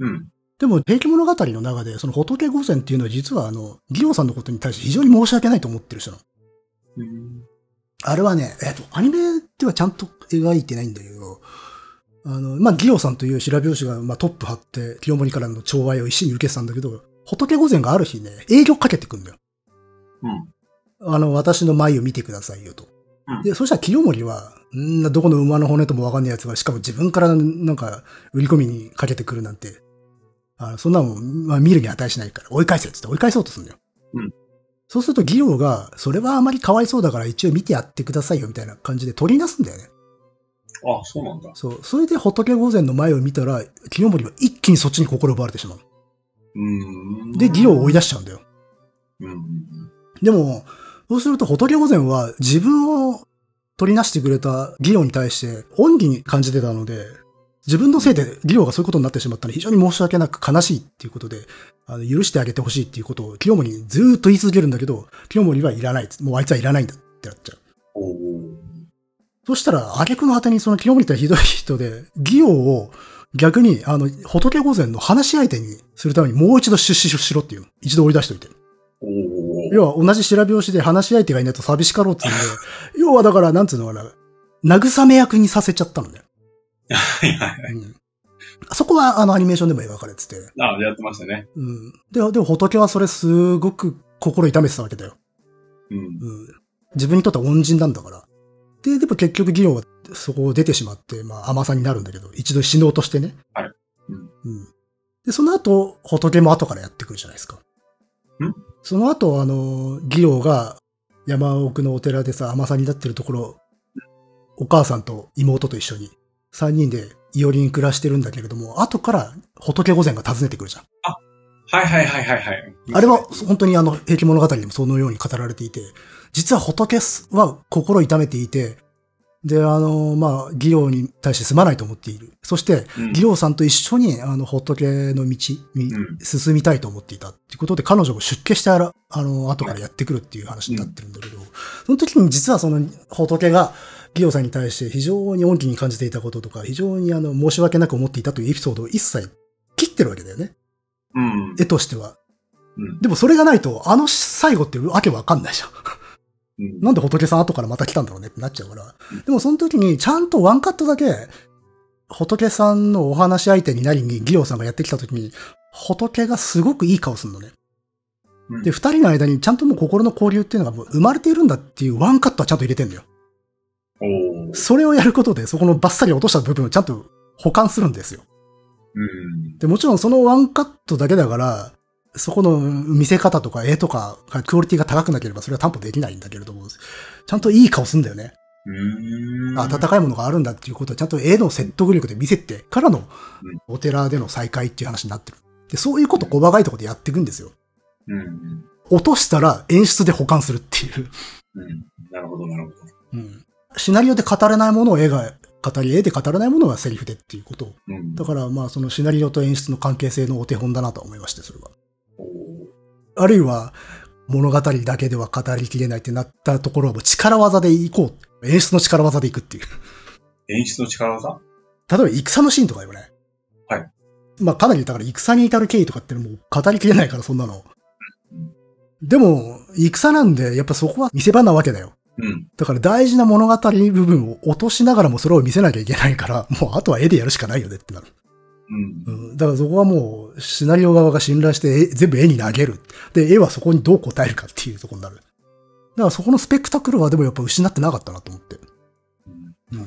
[SPEAKER 1] うん。
[SPEAKER 2] でも、平気物語の中で、その仏御前っていうのは実はあの、義王さんのことに対して非常に申し訳ないと思ってる人なの。
[SPEAKER 1] うん。
[SPEAKER 2] あれはね、えっと、アニメではちゃんと描いてないんだけど、あの、まあ、ギオさんという白拍子が、まあ、トップ張って、清盛からの寵愛を一心に受けてたんだけど、仏御前がある日ね、営業かけてくんだよ。
[SPEAKER 1] うん。
[SPEAKER 2] あの、私の眉を見てくださいよと
[SPEAKER 1] うん。
[SPEAKER 2] で、そしたら清盛は、んーどこの馬の骨ともわかんないやつが、しかも自分からなんか、売り込みにかけてくるなんて、あそんなもん、まあ、見るに値しないから、追い返せってって追い返そうとするんだよ。
[SPEAKER 1] うん
[SPEAKER 2] そうすると、義王が、それはあまりかわいそうだから一応見てやってくださいよ、みたいな感じで取り出すんだよね。
[SPEAKER 1] あ、そうなんだ。
[SPEAKER 2] そう。それで仏御前の前を見たら、清盛は一気にそっちに心奪われてしまう。
[SPEAKER 1] うん。
[SPEAKER 2] で、義王を追い出しちゃうんだよ。
[SPEAKER 1] うん。うん。
[SPEAKER 2] でも、そうすると仏御前は自分を取りなしてくれた義郎に対して恩義に感じてたので、自分のせいで義郎がそういうことになってしまったのは非常に申し訳なく悲しいっていうことで、あの許してあげてほしいっていうことを清盛にずーっと言い続けるんだけど、清盛はいらないっつ。もうあいつはいらないんだってなっちゃう。
[SPEAKER 1] おー
[SPEAKER 2] そしたら、挙句の果てにその清盛ってひどい人で、義王を逆に、あの、仏御前の話し相手にするためにもう一度出資しろっていう。一度追い出しといて。
[SPEAKER 1] おー
[SPEAKER 2] 要は同じ白拍子で話し相手がいないと寂しかろうっていうん で、要はだから、なんつうのかな、慰め役にさせちゃったのね。
[SPEAKER 1] はいはい。
[SPEAKER 2] うん。そこはあのアニメーションでも描かれてて。
[SPEAKER 1] あ、やってましたね。
[SPEAKER 2] うん。で、でも仏はそれすごく心痛めてたわけだよ。
[SPEAKER 1] うん。
[SPEAKER 2] うん。自分にとっては恩人なんだから。で、でも結局議論はそこを出てしまって、まあ甘さになるんだけど、一度死のうとしてね。
[SPEAKER 1] はい。うん。
[SPEAKER 2] うん。で、その後、仏も後からやってくるじゃないですか。
[SPEAKER 1] ん
[SPEAKER 2] その後、あの、議論が山奥のお寺でさ、甘さになってるところ、お母さんと妹と一緒に、三人でいおりに暮らしてるんだけれども、後から仏御前が訪ねてくるじゃん。
[SPEAKER 1] はいはいはいはいはい。
[SPEAKER 2] あれは本当にあの、平気物語でもそのように語られていて、実は仏は心痛めていて、で、あの、まあ、義王に対してすまないと思っている。そして、
[SPEAKER 1] うん、
[SPEAKER 2] 義王さんと一緒に、あの、仏の道に
[SPEAKER 1] うん
[SPEAKER 2] 進みたいと思っていたっていうことで、彼女も出家してあら、あの、後からやってくるっていう話になってるんだけど、その時に実はその仏が、義王さんに対して非常に恩義に感じていたこととか、非常にあの、申し訳なく思っていたというエピソードを一切切ってるわけだよね。
[SPEAKER 1] うん。
[SPEAKER 2] 絵としては。
[SPEAKER 1] うん
[SPEAKER 2] でもそれがないと、あの最後ってわけわかんないじゃん。
[SPEAKER 1] うん
[SPEAKER 2] なんで仏さん後からまた来たんだろうねってなっちゃうから
[SPEAKER 1] うん。
[SPEAKER 2] でもその時にちゃんとワンカットだけ、仏さんのお話し相手になりに、ギオさんがやってきた時に、仏がすごくいい顔するのね。
[SPEAKER 1] うん
[SPEAKER 2] で、二人の間にちゃんともう心の交流っていうのがもう生まれているんだっていうワンカットはちゃんと入れてんだよ。
[SPEAKER 1] おー
[SPEAKER 2] それをやることで、そこのバッサリ落とした部分をちゃんと保管するんですよ。
[SPEAKER 1] うん。
[SPEAKER 2] で、もちろんそのワンカットだけだから、そこの見せ方とか絵とかがクオリティが高くなければそれは担保できないんだけれども、ちゃんといい顔すんだよね。
[SPEAKER 1] うーん。
[SPEAKER 2] あ温かいものがあるんだっていうことをちゃんと絵の説得力で見せてからの
[SPEAKER 1] うん
[SPEAKER 2] お寺での再会っていう話になってる。で、そういうこと細かいところでやっていくんですよ。
[SPEAKER 1] うん。
[SPEAKER 2] 落としたら演出で保管するっていう。
[SPEAKER 1] うん。なるほど、なるほど。
[SPEAKER 2] うん。シナリオで語れないものを絵が語り、絵で語れないものはセリフでっていうことを。
[SPEAKER 1] うん。
[SPEAKER 2] だからまあそのシナリオと演出の関係性のお手本だなとは思いまして、それは。
[SPEAKER 1] おー
[SPEAKER 2] あるいは物語だけでは語りきれないってなったところはもう力技でいこう。演出の力技でいくっていう。
[SPEAKER 1] 演出の力技
[SPEAKER 2] 例えば戦のシーンとかよね。
[SPEAKER 1] はい。
[SPEAKER 2] まあかなりだから戦に至る経緯とかってのもう語りきれないからそんなの
[SPEAKER 1] うん。
[SPEAKER 2] でも、戦なんでやっぱそこは見せ場なわけだよ。
[SPEAKER 1] うん。
[SPEAKER 2] だから大事な物語部分を落としながらもそれを見せなきゃいけないから、もうあとは絵でやるしかないよねってなる。
[SPEAKER 1] うん。
[SPEAKER 2] うん。だからそこはもうシナリオ側が信頼して絵全部絵に投げる。で、絵はそこにどう答えるかっていうところになる。だからそこのスペクタクルはでもやっぱ失ってなかったなと思って。
[SPEAKER 1] うん
[SPEAKER 2] うん。ま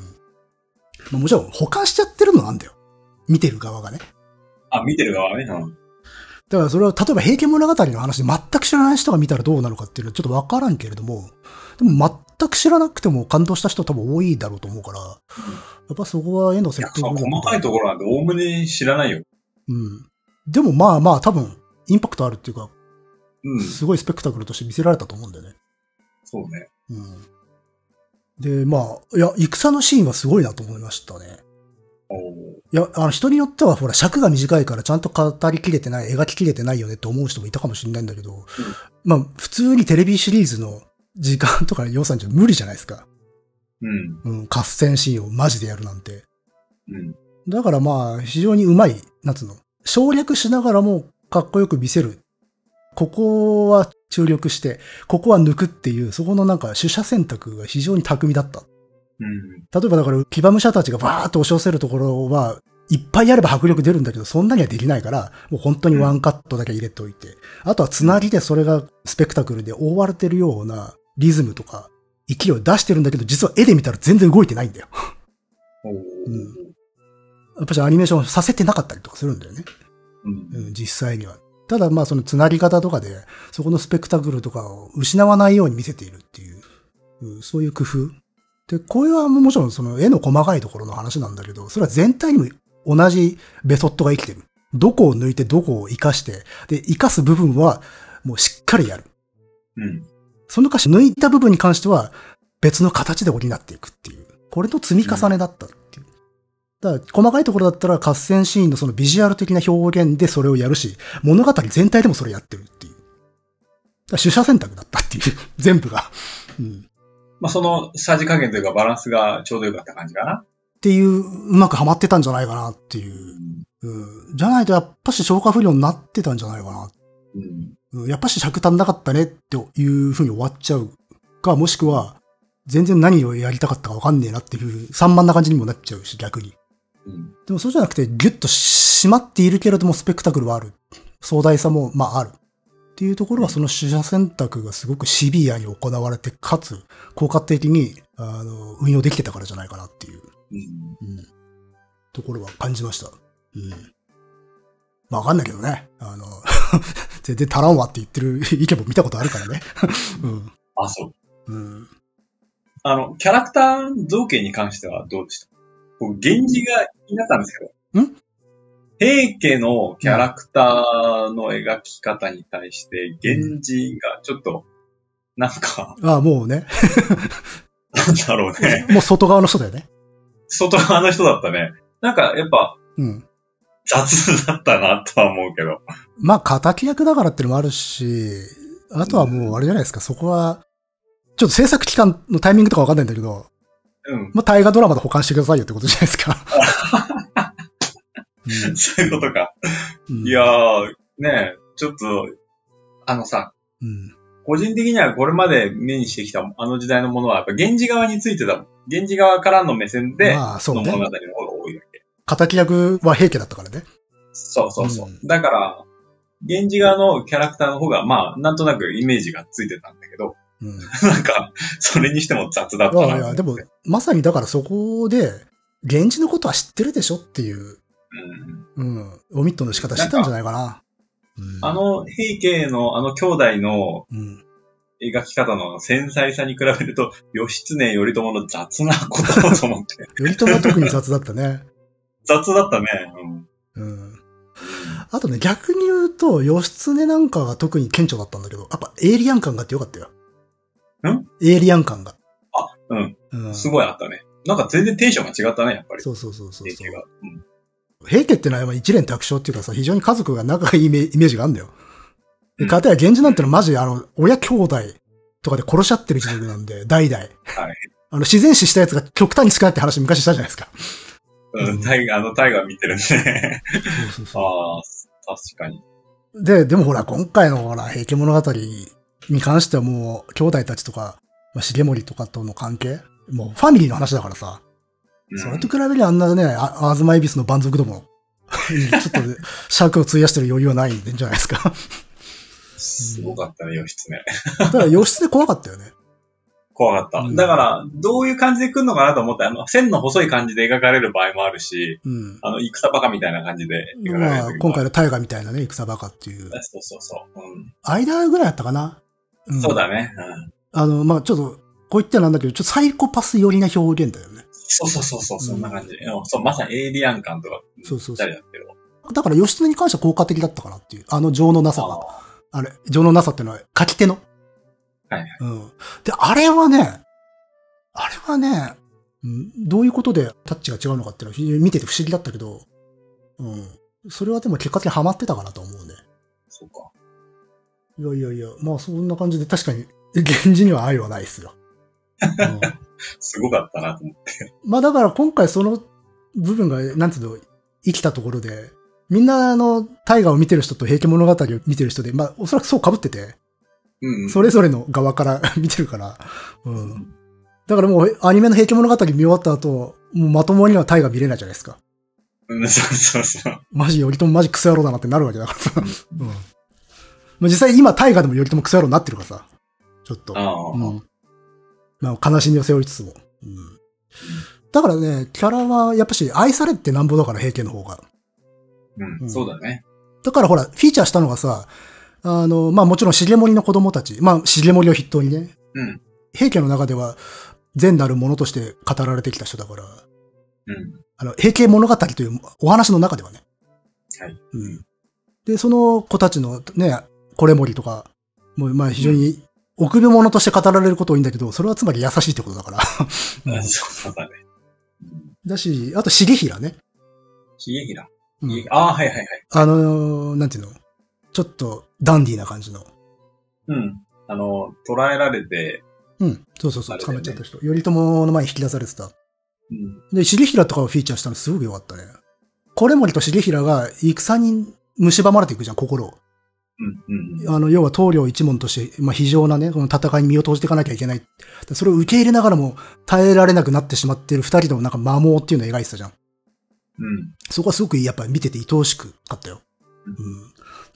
[SPEAKER 2] あもちろん保管しちゃってるのなんだよ。見てる側がね。
[SPEAKER 1] あ、見てる側ね。うん。
[SPEAKER 2] だからそれは、例えば平家物語の話全く知らない人が見たらどうなのかっていうのはちょっとわからんけれども、でも全く知らなくても感動した人多分多いだろうと思うから、やっぱそこは絵の
[SPEAKER 1] い
[SPEAKER 2] 説
[SPEAKER 1] や、
[SPEAKER 2] 得
[SPEAKER 1] そう細かいところなんて、おおむね知らないよ。
[SPEAKER 2] うん。でもまあまあ多分、インパクトあるっていうか、
[SPEAKER 1] うん。
[SPEAKER 2] すごいスペクタクルとして見せられたと思うんだよね。
[SPEAKER 1] そうね。
[SPEAKER 2] うん。で、まあ、いや、戦のシーンはすごいなと思いましたね。
[SPEAKER 1] おー
[SPEAKER 2] いや、あの、人によっては、ほら、尺が短いから、ちゃんと語りきれてない、描ききれてないよねって思う人もいたかもしれないんだけど、まあ、普通にテレビシリーズの時間とか予算じゃ無理じゃないですか。
[SPEAKER 1] うん。
[SPEAKER 2] うん、合戦シーンをマジでやるなんて。
[SPEAKER 1] うん。
[SPEAKER 2] だからまあ、非常にうまい、なんつうの。省略しながらも、かっこよく見せる。ここは注力して、ここは抜くっていう、そこのなんか、取捨選択が非常に巧みだった。
[SPEAKER 1] うん。
[SPEAKER 2] 例えばだから、騎馬武者たちがバーっと押し寄せるところは、いっぱいやれば迫力出るんだけど、そんなにはできないから、もう本当にワンカットだけ入れておいて。あとはつなぎでそれがスペクタクルで覆われてるようなリズムとか、勢いを出してるんだけど、実は絵で見たら全然動いてないんだよ。
[SPEAKER 1] おー
[SPEAKER 2] やっぱりアニメーションさせてなかったりとかするんだよね。
[SPEAKER 1] うん。
[SPEAKER 2] うん、実際には。ただまあそのつなぎ方とかで、そこのスペクタクルとかを失わないように見せているっていう、うんそういう工夫。で、これはもちろんその絵の細かいところの話なんだけど、それは全体にも同じベソットが生きてる。どこを抜いてどこを活かして、で、活かす部分はもうしっかりやる。
[SPEAKER 1] うん。
[SPEAKER 2] その歌詞抜いた部分に関しては別の形で補っていくっていう。これの積み重ねだったっていう。だから細かいところだったら合戦シーンのそのビジュアル的な表現でそれをやるし、物語全体でもそれやってるっていう。だから取捨選択だったっていう。全部が。うん。
[SPEAKER 1] まあ、その、さじ加減というか、バランスがちょうどよかった感じかな。
[SPEAKER 2] っていう、うまくハマってたんじゃないかなっていうう。
[SPEAKER 1] ん。
[SPEAKER 2] うん。じゃないとやっぱし消化不良になってたんじゃないかな
[SPEAKER 1] うん。
[SPEAKER 2] うんやっぱし尺足んなかったねっていう風に終わっちゃうか、もしくは、全然何をやりたかったかわかんねえなっていう散漫な感じにもなっちゃうし、逆に。
[SPEAKER 1] うん。
[SPEAKER 2] でもそうじゃなくて、ギュッと締まっているけれども、スペクタクルはある。壮大さも、まあある。っていうところは、その取捨選択がすごくシビアに行われて、かつ、効果的に、あの、運用できてたからじゃないかなっていう、
[SPEAKER 1] うん。
[SPEAKER 2] うん、ところは感じました。うん。まあわかんないけどね。あの、 全然足らんわって言ってる意見も見たことあるからね。 うん。
[SPEAKER 1] あ、そう。
[SPEAKER 2] うん。
[SPEAKER 1] あの、キャラクター造形に関してはどうでした僕、源氏が気になったんですけど。
[SPEAKER 2] ん
[SPEAKER 1] 平家のキャラクターの描き方に対して、源氏がちょっと、なんか、
[SPEAKER 2] ああ、も うね。
[SPEAKER 1] なんだろうね。
[SPEAKER 2] もう外側の人だよね。
[SPEAKER 1] 外側の人だったね。なんか、やっぱ、
[SPEAKER 2] うん。
[SPEAKER 1] 雑だったなとは思うけど。
[SPEAKER 2] まあ、敵役だからってのもあるし、あとはもうあれじゃないですか、そこは、ちょっと制作期間のタイミングとかわかんないんだけど、
[SPEAKER 1] うん。
[SPEAKER 2] まあ、大河ドラマで保管してくださいよってことじゃないで すか。うん
[SPEAKER 1] そういうことか。
[SPEAKER 2] うん
[SPEAKER 1] いやー、ねえ、ちょっと、あのさ、
[SPEAKER 2] うん。
[SPEAKER 1] 個人的にはこれまで目にしてきたあの時代のものは、やっぱ源氏側についてた。源氏側からの目線で、
[SPEAKER 2] まあ、そ
[SPEAKER 1] の
[SPEAKER 2] う
[SPEAKER 1] 物語の
[SPEAKER 2] ね
[SPEAKER 1] 方。が多いわけ。
[SPEAKER 2] 敵役は平家だったからね。
[SPEAKER 1] そうそうそう。
[SPEAKER 2] うん
[SPEAKER 1] だから、源氏側のキャラクターの方が、まあ、なんとなくイメージがついてたんだけど、
[SPEAKER 2] うん。
[SPEAKER 1] なんか、それにしても雑だったな
[SPEAKER 2] いやいや、でも、まさにだからそこで、源氏のことは知ってるでしょっていう、
[SPEAKER 1] うん
[SPEAKER 2] うん、オミットの仕方してたんじゃないかな。うん
[SPEAKER 1] あ、の、平家のあの兄弟の
[SPEAKER 2] うん。
[SPEAKER 1] 描き方の繊細さに比べると、義経頼朝の雑なことだと思って。
[SPEAKER 2] 頼朝は特に雑だったね。
[SPEAKER 1] 雑だったね。うん。
[SPEAKER 2] うん。あとね、逆に言うと、義経なんかが特に顕著だったんだけど、やっぱエイリアン感があってよかったよ。
[SPEAKER 1] ん
[SPEAKER 2] エイリアン感が。
[SPEAKER 1] あ、うん。
[SPEAKER 2] うん。
[SPEAKER 1] すごいあったね。なんか全然テンションが違ったね、やっぱり。
[SPEAKER 2] そうそうそうそうそ
[SPEAKER 1] 平家が
[SPEAKER 2] う。
[SPEAKER 1] うん
[SPEAKER 2] 平家ってのはまあ一連卓勝っていうかさ、非常に家族が仲がいいイメイメージがあるんだよ。で、かたや源氏なんてのはマジ、あの、親兄弟とかで殺し合ってる時代なんで、代々。
[SPEAKER 1] はい。
[SPEAKER 2] あの、自然死したやつが極端に少ないって話昔したじゃないですか。
[SPEAKER 1] うん、タイガー、あのタイガー見てるんでね。ああ、確かに。
[SPEAKER 2] で、でもほら、今回のほら、平家物語に関してはもう、兄弟たちとか、まあ、重盛とかとの関係、もうファミリーの話だからさ、
[SPEAKER 1] うん
[SPEAKER 2] それと比べりゃあんなね、あ東恵比寿の蛮族ども、 ちょっと、尺を費やしてる余裕はないんじゃないですか。
[SPEAKER 1] すごかったね、義経。
[SPEAKER 2] ただ、洋室で怖かったよね。
[SPEAKER 1] 怖かっ
[SPEAKER 2] う
[SPEAKER 1] た。
[SPEAKER 2] ん
[SPEAKER 1] だから、どういう感じで来るのかなと思ったら、あの、線の細い感じで描かれる場合もあるし、
[SPEAKER 2] うん。
[SPEAKER 1] あの、戦バカみたいな感じで描かれる
[SPEAKER 2] まあ、
[SPEAKER 1] 時も
[SPEAKER 2] 今
[SPEAKER 1] ある
[SPEAKER 2] 回の大河みたいなね、戦バカっていう。
[SPEAKER 1] そうそうそう。うん
[SPEAKER 2] 間ぐらいだったかな。ん
[SPEAKER 1] そうだね。
[SPEAKER 2] あの、まあ、ちょっと、こう言ってはなんだけど、ちょっとサイコパス寄りな表現だよね。
[SPEAKER 1] そうそうそうそう、そんな感じ。うんそう、まさにエイリアン感とか、
[SPEAKER 2] そうそうそ
[SPEAKER 1] だ
[SPEAKER 2] う
[SPEAKER 1] けど。
[SPEAKER 2] だから、義経に関しては効果的だったかなっていう。あの情のなさが。
[SPEAKER 1] あ
[SPEAKER 2] あれ、情のなさっていうのは書き手の。
[SPEAKER 1] はいはい
[SPEAKER 2] うん。で、あれはね、あれはね、うん、どういうことでタッチが違うのかっていうのは非常に見てて不思議だったけど、うん。それはでも結果的にハマってたかなと思うね。
[SPEAKER 1] そうか。
[SPEAKER 2] いやいやいや、まあそんな感じで確かに、源氏には愛はないですよ。うん
[SPEAKER 1] すごかったなと思って。
[SPEAKER 2] まあだから今回その部分が、なんていうの、生きたところで、みんなあの、大河を見てる人と平家物語を見てる人で、まあおそらくそう被ってて、
[SPEAKER 1] うんうん。
[SPEAKER 2] それぞれの側から 見てるから、うん。だからもうアニメの平家物語見終わった後、もうまともには大河見れないじゃないですか。
[SPEAKER 1] うんそうそうそう。
[SPEAKER 2] マジ頼朝マジクソ野郎だなってなるわけだからさ。うん。まあ実際今大河でも頼朝クソ野郎になってるからさ。ちょっと。
[SPEAKER 1] ああ、
[SPEAKER 2] うん。まあ、悲しみを背負いつつも。うん。だからね、キャラは、やっぱし、愛されてなんぼだから、平家の方が。
[SPEAKER 1] う
[SPEAKER 2] うん
[SPEAKER 1] ん、そうだね。
[SPEAKER 2] だからほら、フィーチャーしたのがさ、あの、まあもちろん、重盛の子供たち、まあ、重盛を筆頭にね、
[SPEAKER 1] うん。
[SPEAKER 2] 平家の中では、善なるものとして語られてきた人だから、
[SPEAKER 1] うん。
[SPEAKER 2] あの、平家物語というお話の中ではね。
[SPEAKER 1] はい。
[SPEAKER 2] うん。で、その子たちのね、これもりとか、もう、まあ非常に、臆病者として語られることはいいんだけど、それはつまり優しいってことだから。う
[SPEAKER 1] うんん、そうだね。うん
[SPEAKER 2] だし、あと、重平ね。
[SPEAKER 1] 重平。
[SPEAKER 2] うん
[SPEAKER 1] 家平ああ、はいはいはい。
[SPEAKER 2] あのーなんていうのちょっと、ダンディーな感じの。
[SPEAKER 1] うん。あの、捕らえられて、
[SPEAKER 2] うん。そうそうそう、
[SPEAKER 1] あれ
[SPEAKER 2] 捕
[SPEAKER 1] だ
[SPEAKER 2] ま
[SPEAKER 1] よ
[SPEAKER 2] っ
[SPEAKER 1] ね
[SPEAKER 2] ちゃった人。頼朝の前に引き出されてた。
[SPEAKER 1] うん。
[SPEAKER 2] で、重平とかをフィーチャーしたのすごく良かったね。これもりと重平が戦に蝕まれていくじゃん、心を。
[SPEAKER 1] うん。うん。
[SPEAKER 2] あの、要は棟梁一門として、まあ、非常なね、この戦いに身を投じていかなきゃいけない。でそれを受け入れながらも耐えられなくなってしまってる二人のなんか摩耗っていうのを描いてたじゃん。
[SPEAKER 1] うん。
[SPEAKER 2] そこはすごくやっぱ見てて愛おしくかったよ。うん。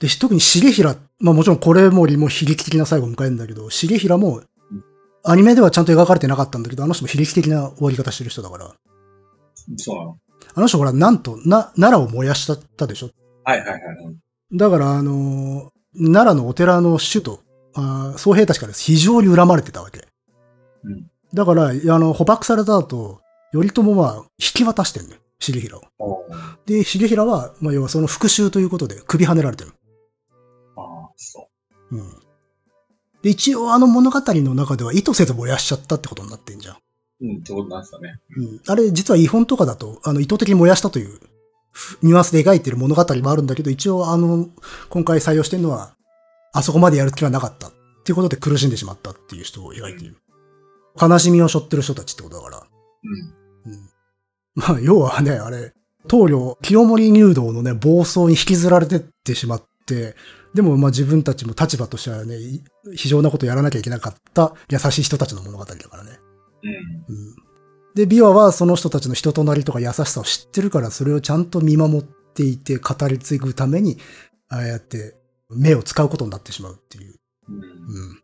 [SPEAKER 2] で、特に重平、まあもちろんこれもりも悲劇的な最後を迎えるんだけど、重平も
[SPEAKER 1] うん、
[SPEAKER 2] アニメではちゃんと描かれてなかったんだけど、あの人も悲劇的な終わり方してる人だから。
[SPEAKER 1] そうなの。
[SPEAKER 2] あの人ほら、なんと、な、奈良を燃やしちゃったでしょ。
[SPEAKER 1] はいはいはいはい。
[SPEAKER 2] だから、あのー奈良のお寺の首都、あー僧兵たちから非常に恨まれてたわけ。
[SPEAKER 1] うん
[SPEAKER 2] だから、あの、捕獲された後、頼朝は引き渡してんのよ、重平を。
[SPEAKER 1] おー
[SPEAKER 2] で、重平は、まあ、要はその復讐ということで首跳ねられてる。
[SPEAKER 1] ああ、そ
[SPEAKER 2] うん。で、一応あの物語の中では意図せず燃やしちゃったってことになってんじゃん。
[SPEAKER 1] う。うん、ってことなんですよね。
[SPEAKER 2] うん。あれ、実は違本とかだと、あの、意図的に燃やしたという、ふニュアンスで描いてる物語もあるんだけど、一応あの、今回採用してるのは、あそこまでやる気はなかった。っていうことで苦しんでしまったっていう人を描いている。悲しみを背負ってる人たちってことだから。
[SPEAKER 1] うん。
[SPEAKER 2] うん。まあ、要はね、あれ、棟梁、清盛入道のね、暴走に引きずられてってしまって、でもまあ自分たちも立場としてはね、い非常なことやらなきゃいけなかった優しい人たちの物語だからね。
[SPEAKER 1] うん。
[SPEAKER 2] うん。で、ビワはその人たちの人となりとか優しさを知ってるから、それをちゃんと見守っていて、語り継ぐために、ああやって目を使うことになってしまうっていう、
[SPEAKER 1] うん。
[SPEAKER 2] うん、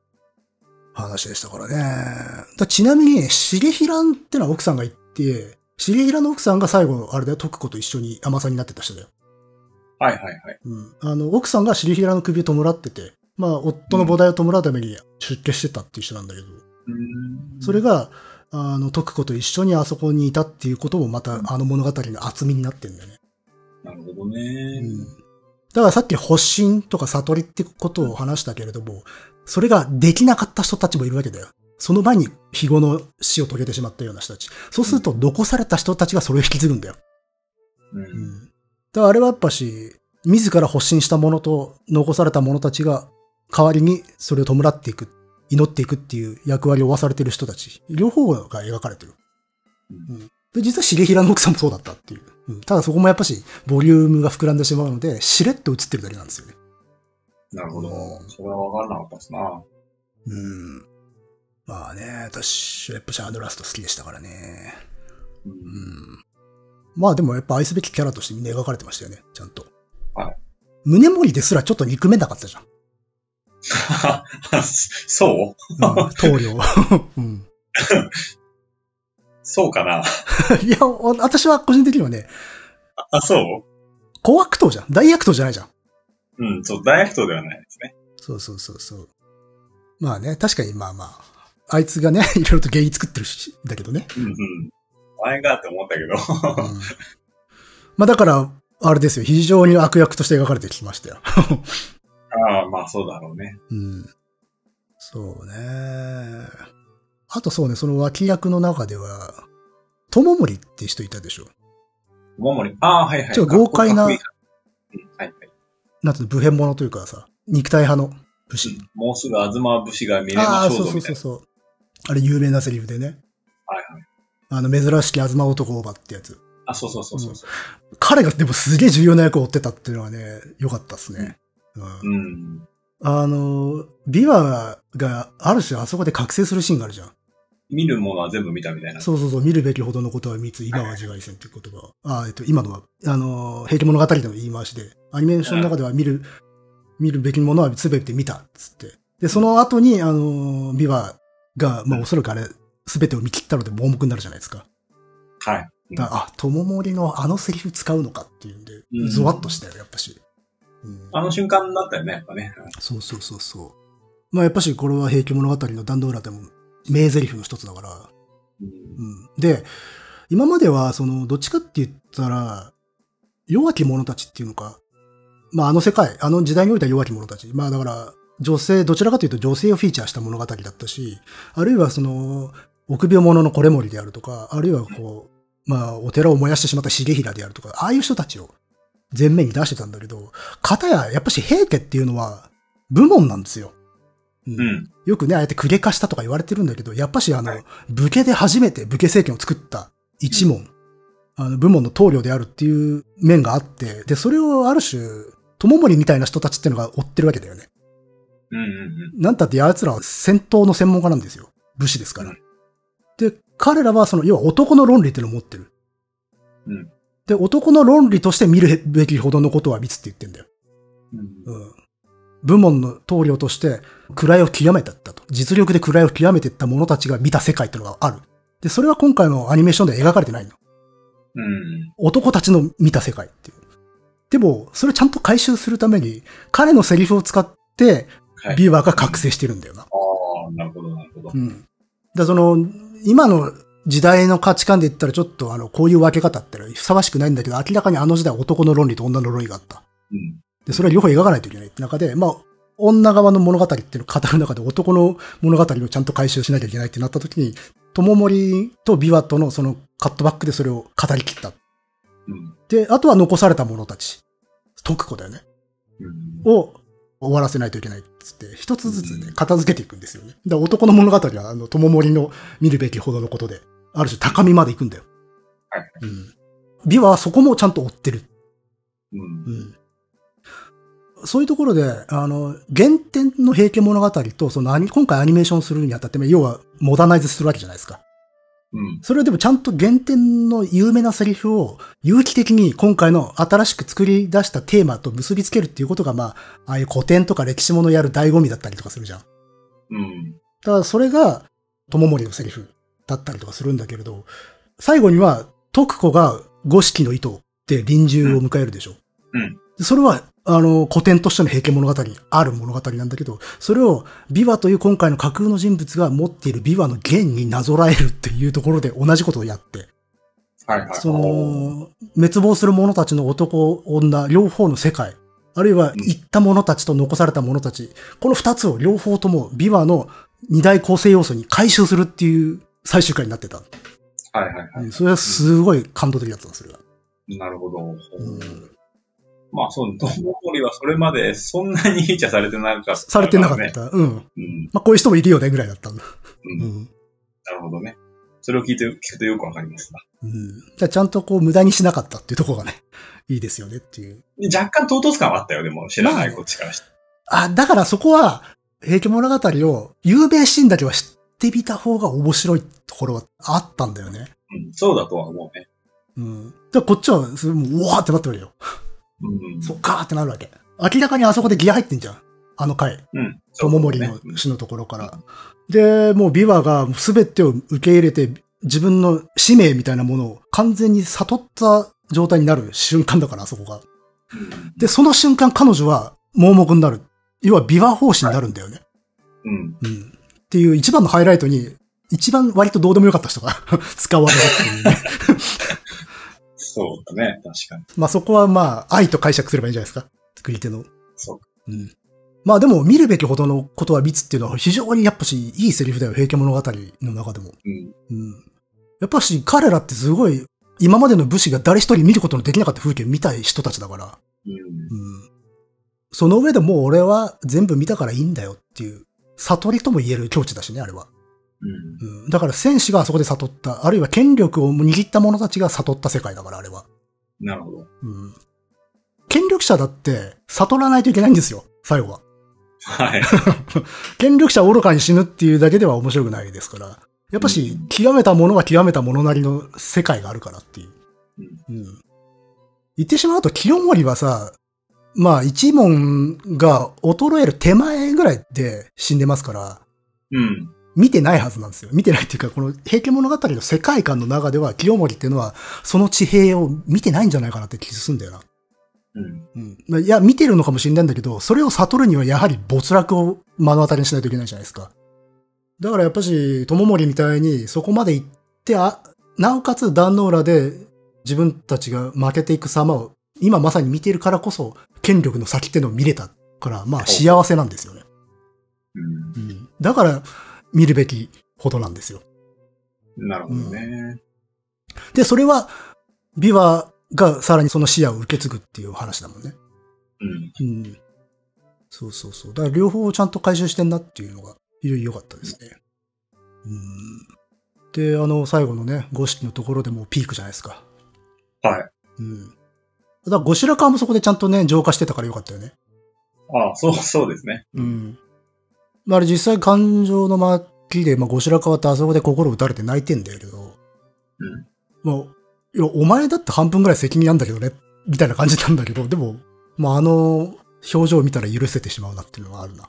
[SPEAKER 2] 話でしたからね。だちなみにね、重平ってのは奥さんが言って、重平の奥さんが最後、あれだよ、徳子と一緒に甘さになってた人だよ。
[SPEAKER 1] はいはいはい。
[SPEAKER 2] うん。あの、奥さんが重平の首を弔ってて、まあ、夫の母体を弔うために出家してたっていう人なんだけど、
[SPEAKER 1] うん
[SPEAKER 2] それが、あの、徳子と一緒にあそこにいたっていうこともまた、あの物語の厚みになってんだよね。
[SPEAKER 1] なるほどね。
[SPEAKER 2] うん。だからさっき、発信とか悟りってことを話したけれども、それができなかった人たちもいるわけだよ。その場に日後の死を遂げてしまったような人たち。そうすると、残された人たちがそれを引き継ぐんだよ。
[SPEAKER 1] うん。
[SPEAKER 2] うん。だからあれはやっぱし、自ら発信したものと残された者たちが代わりにそれを弔っていく、祈っていくっていう役割を負わされてる人たち、両方が描かれてる。
[SPEAKER 1] う
[SPEAKER 2] うん、で、実は重平の奥さんもそうだったっていう。うん、ただそこもやっぱし、ボリュームが膨らんでしまうので、しれっと映ってるだけなんですよね。
[SPEAKER 1] なるほど
[SPEAKER 2] う。ん
[SPEAKER 1] それはわからなかったですな。
[SPEAKER 2] うん。まあね、私はやっぱしあのラスト好きでしたからね。
[SPEAKER 1] う。
[SPEAKER 2] うんん。まあでもやっぱ愛すべきキャラとしてみんな描かれてましたよね、ちゃんと。
[SPEAKER 1] はい。
[SPEAKER 2] 胸森ですらちょっと憎めなかったじゃん。
[SPEAKER 1] そう
[SPEAKER 2] うん、棟梁。 うん。
[SPEAKER 1] そうかない
[SPEAKER 2] や、お私は個人的にはね、
[SPEAKER 1] あ、そ
[SPEAKER 2] 小悪党じゃん。大悪党じゃないじゃん。
[SPEAKER 1] ううん、そう、大悪党ではないですね。
[SPEAKER 2] そうそうそうそう。まあね、確かにまあまあ、あいつがね、 いろいろと原因作ってるし、だけどね。
[SPEAKER 1] うんうん。前がって思ったけど。
[SPEAKER 2] うん、 まあだから、あれですよ、非常に悪役として描かれてきましたよ。
[SPEAKER 1] ああ、まあそうだろうね。
[SPEAKER 2] うん。そうね。あとそうね、その脇役の中では、友森って人いたでしょ。
[SPEAKER 1] ももり。ああ、はいはい。
[SPEAKER 2] ちょっと豪快
[SPEAKER 1] かっ
[SPEAKER 2] な
[SPEAKER 1] こいいかうんはいはい。
[SPEAKER 2] なんていうの、武変者というかさ、肉体派の武士。
[SPEAKER 1] もうすぐ東節が見れ
[SPEAKER 2] あ
[SPEAKER 1] ま
[SPEAKER 2] あ、
[SPEAKER 1] しょぞ
[SPEAKER 2] そううそう
[SPEAKER 1] みた
[SPEAKER 2] そ
[SPEAKER 1] いうな。
[SPEAKER 2] そう。あれ有名なセリフでね。
[SPEAKER 1] はい
[SPEAKER 2] はい。あの、珍しき東男オーバーってやつ。
[SPEAKER 1] あ、そうそうそうそうそう。
[SPEAKER 2] 彼がでもすげえ重要な役を追ってたっていうのはね、良かったっすね。うん
[SPEAKER 1] うん。
[SPEAKER 2] あの、ビワがある種あそこで覚醒するシーンがあるじゃん。
[SPEAKER 1] 見るものは全部見たみたいな。
[SPEAKER 2] そうそうそう、見るべきほどのことは見つ、今は自害せんっていう言葉を。あえっと、今のは、あの、平家物語での言い回しで、アニメーションの中では見る、見るべきものは全て見た、っつって。で、その後に、あの、ビワが、まあおそらくあれ、全てを見切ったので盲目になるじゃないですか。
[SPEAKER 1] はい。
[SPEAKER 2] だからあ、友森のあのセリフ使うのかっていうんで
[SPEAKER 1] う、ん
[SPEAKER 2] ゾワッとしたよ、やっぱし。うん
[SPEAKER 1] あの瞬間だったよね、やっぱね。
[SPEAKER 2] そうそうそうそう。まあやっぱしこれは平家物語の壇ノ浦でも名台詞の一つだから。
[SPEAKER 1] うん
[SPEAKER 2] うん。で、今まではその、どっちかって言ったら、弱き者たちっていうのか、まああの世界、あの時代においては弱き者たち。まあだから、女性、どちらかというと女性をフィーチャーした物語だったし、あるいはその、臆病者のこれ森であるとか、あるいはこう、まあお寺を燃やしてしまった重平であるとか、ああいう人たちを前面に出してたんだけど、片ややっぱし平家っていうのは部門なんですよ。うん
[SPEAKER 1] うん。
[SPEAKER 2] よくね、ああやって公家化したとか言われてるんだけど、やっぱしあの、
[SPEAKER 1] はい
[SPEAKER 2] 武家で初めて武家政権を作った一門、あの、部門の棟梁であるっていう面があって、で、それをある種、友森みたいな人たちっていうのが追ってるわけだよね。
[SPEAKER 1] うんうん
[SPEAKER 2] なんたってやつらは戦闘の専門家なんですよ。武士ですから。
[SPEAKER 1] う
[SPEAKER 2] で、彼らはその、要は男の論理っていうのを持ってる。
[SPEAKER 1] うん
[SPEAKER 2] で、男の論理として見るべきほどのことは見つって言ってんだよ。
[SPEAKER 1] うんうん。
[SPEAKER 2] うん部門の棟梁として位を極めてったと。実力で位を極めてった者たちが見た世界ってのがある。で、それは今回のアニメーションでは描かれてないの。
[SPEAKER 1] うん。
[SPEAKER 2] 男たちの見た世界っていう。でも、それをちゃんと回収するために、彼のセリフを使って、
[SPEAKER 1] はい。
[SPEAKER 2] ビーバーが覚醒してるんだよな。
[SPEAKER 1] ああ、なるほど、なるほど。
[SPEAKER 2] うん。だからその、今の時代の価値観で言ったらちょっとあの、こういう分け方ってのはふさわしくないんだけど、明らかにあの時代は男の論理と女の論理があった。
[SPEAKER 1] うん。
[SPEAKER 2] で、それは両方描かないといけないって中で、まあ、女側の物語っていうのを語る中で男の物語をちゃんと回収しなきゃいけないってなった時に、友森とビワとのそのカットバックでそれを語り切った。
[SPEAKER 1] うん。
[SPEAKER 2] で、あとは残された者たち、徳子だよね、
[SPEAKER 1] うん。
[SPEAKER 2] を終わらせないといけないっつって、一つずつね、片付けていくんですよね。だから男の物語は、あの、友森の見るべきほどのことで、ある種高みまで行くんだよ。
[SPEAKER 1] はい
[SPEAKER 2] うん。ビワはそこもちゃんと追ってる。
[SPEAKER 1] うん。
[SPEAKER 2] うんそういうところで、あの、原点の平家物語と、そのアニ、今回アニメーションするにあたって、まあ要は、モダナイズするわけじゃないですか。
[SPEAKER 1] うん。
[SPEAKER 2] それをでもちゃんと原点の有名なセリフを、有機的に今回の新しく作り出したテーマと結びつけるっていうことが、まあ、ああいう古典とか歴史ものやる醍醐味だったりとかするじゃん。
[SPEAKER 1] うん。
[SPEAKER 2] ただそれが、友森のセリフだったりとかするんだけれど、最後には、徳子が五色の糸で臨終を迎えるでしょ。
[SPEAKER 1] うん
[SPEAKER 2] でそれは、あの、古典としての平家物語にある物語なんだけど、それを、琵琶という今回の架空の人物が持っている琵琶の弦になぞらえるっていうところで同じことをやって、
[SPEAKER 1] はいはい。
[SPEAKER 2] そ
[SPEAKER 1] おー
[SPEAKER 2] の、滅亡する者たちの男、女、両方の世界、あるいは
[SPEAKER 1] うん
[SPEAKER 2] 行った者たちと残された者たち、この二つを両方ともビワの二大構成要素に回収するっていう最終回になってた。
[SPEAKER 1] はいはいは
[SPEAKER 2] それはすごい感動的だったんです、それが。
[SPEAKER 1] い。なるほど。
[SPEAKER 2] うん
[SPEAKER 1] まあそう、ドンモリはそれまでそんなにフィーチャーされてなかったからね。
[SPEAKER 2] されてなかった。うん。
[SPEAKER 1] うん。
[SPEAKER 2] まあ、こういう人もいるよね、ぐらいだったんだ。
[SPEAKER 1] う。
[SPEAKER 2] うん
[SPEAKER 1] なる
[SPEAKER 2] ん。
[SPEAKER 1] ほどね。それを聞いて、聞くとよくわかりますな。
[SPEAKER 2] うん。じゃあ、ちゃんとこう、無駄にしなかったっていうところがね、いいですよねっていう。
[SPEAKER 1] で若干唐突感はあったよ、でも知らないこっちからして。
[SPEAKER 2] あ、だからそこは、平家物語を、有名シーンだけは知ってみた方が面白いところはあったんだよね。
[SPEAKER 1] うん。そうだとは思うね。
[SPEAKER 2] うん。だからこっちは、それもう、うわーってなってるよ。
[SPEAKER 1] うん。
[SPEAKER 2] そっかーってなるわけ。明らかにあそこでギア入ってんじゃん。あの回。
[SPEAKER 1] うん。そう
[SPEAKER 2] 友森の死のところから。で、もうビワが全てを受け入れて、自分の使命みたいなものを完全に悟った状態になる瞬間だから、あそこが。
[SPEAKER 1] うん
[SPEAKER 2] で、その瞬間彼女は盲目になる。要はビワ奉仕になるんだよね。
[SPEAKER 1] うん。
[SPEAKER 2] うん。っていう一番のハイライトに、一番割とどうでもよかった人が 使われるっていうね。
[SPEAKER 1] そうだね。確かに。
[SPEAKER 2] まあそこはまあ愛と解釈すればいいんじゃないですか。作り手の。
[SPEAKER 1] そうか。
[SPEAKER 2] うん。まあでも見るべきほどのことは密っていうのは非常にやっぱしいいセリフだよ。平家物語の中でも。
[SPEAKER 1] うん。
[SPEAKER 2] うん。やっぱし彼らってすごい、今までの武士が誰一人見ることのできなかった風景見たい人たちだから。
[SPEAKER 1] うん。
[SPEAKER 2] うん。その上でもう俺は全部見たからいいんだよっていう、悟りとも言える境地だしね、あれは。
[SPEAKER 1] うん。
[SPEAKER 2] うん。だから戦士があそこで悟った、あるいは権力を握った者たちが悟った世界だから、あれは。
[SPEAKER 1] なるほど。
[SPEAKER 2] うん。権力者だって悟らないといけないんですよ、最後は。
[SPEAKER 1] はい。
[SPEAKER 2] 権力者は愚かに死ぬっていうだけでは面白くないですから、やっぱし、
[SPEAKER 1] うん
[SPEAKER 2] 極めたものは極めたものなりの世界があるからっていう。うん。言ってしまうと、清盛はさ、まあ、一門が衰える手前ぐらいで死んでますから、
[SPEAKER 1] うん。
[SPEAKER 2] 見てないはずなんですよ。見てないっていうか、この平家物語の世界観の中では、清盛っていうのは、その地平を見てないんじゃないかなって気するんだよな。
[SPEAKER 1] うん。
[SPEAKER 2] うんまあ。いや、見てるのかもしれないんだけど、それを悟るにはやはり没落を目の当たりにしないといけないじゃないですか。だからやっぱし、友森みたいにそこまで行って、あ、なおかつ壇の浦で自分たちが負けていく様を今まさに見ているからこそ、権力の先ってのを見れたから、まあ幸せなんですよね。
[SPEAKER 1] うん。
[SPEAKER 2] うん。だから、見るべきほどなんですよ。
[SPEAKER 1] なるほどね。
[SPEAKER 2] で、それは、美和がさらにその視野を受け継ぐっていう話だもんね。
[SPEAKER 1] うん。
[SPEAKER 2] うん。そうそうそう。だから両方ちゃんと回収してんなっていうのが、非常に良かったですね。うん。で、あの、最後のね、五色のところでもうピークじゃないですか。
[SPEAKER 1] はい。
[SPEAKER 2] うん。だから五白川もそこでちゃんとね、浄化してたから良かったよね。
[SPEAKER 1] ああ、そう、そうですね。
[SPEAKER 2] うん。まあ、あれ実際感情の末期で、まあ、五白川ってあそこで心打たれて泣いてんだけど、
[SPEAKER 1] うん。
[SPEAKER 2] まあ、いや、お前だって半分ぐらい責任なんだけどね、みたいな感じなんだけど、でも、まあ、あの、表情を見たら許せてしまうなっていうのはあるな。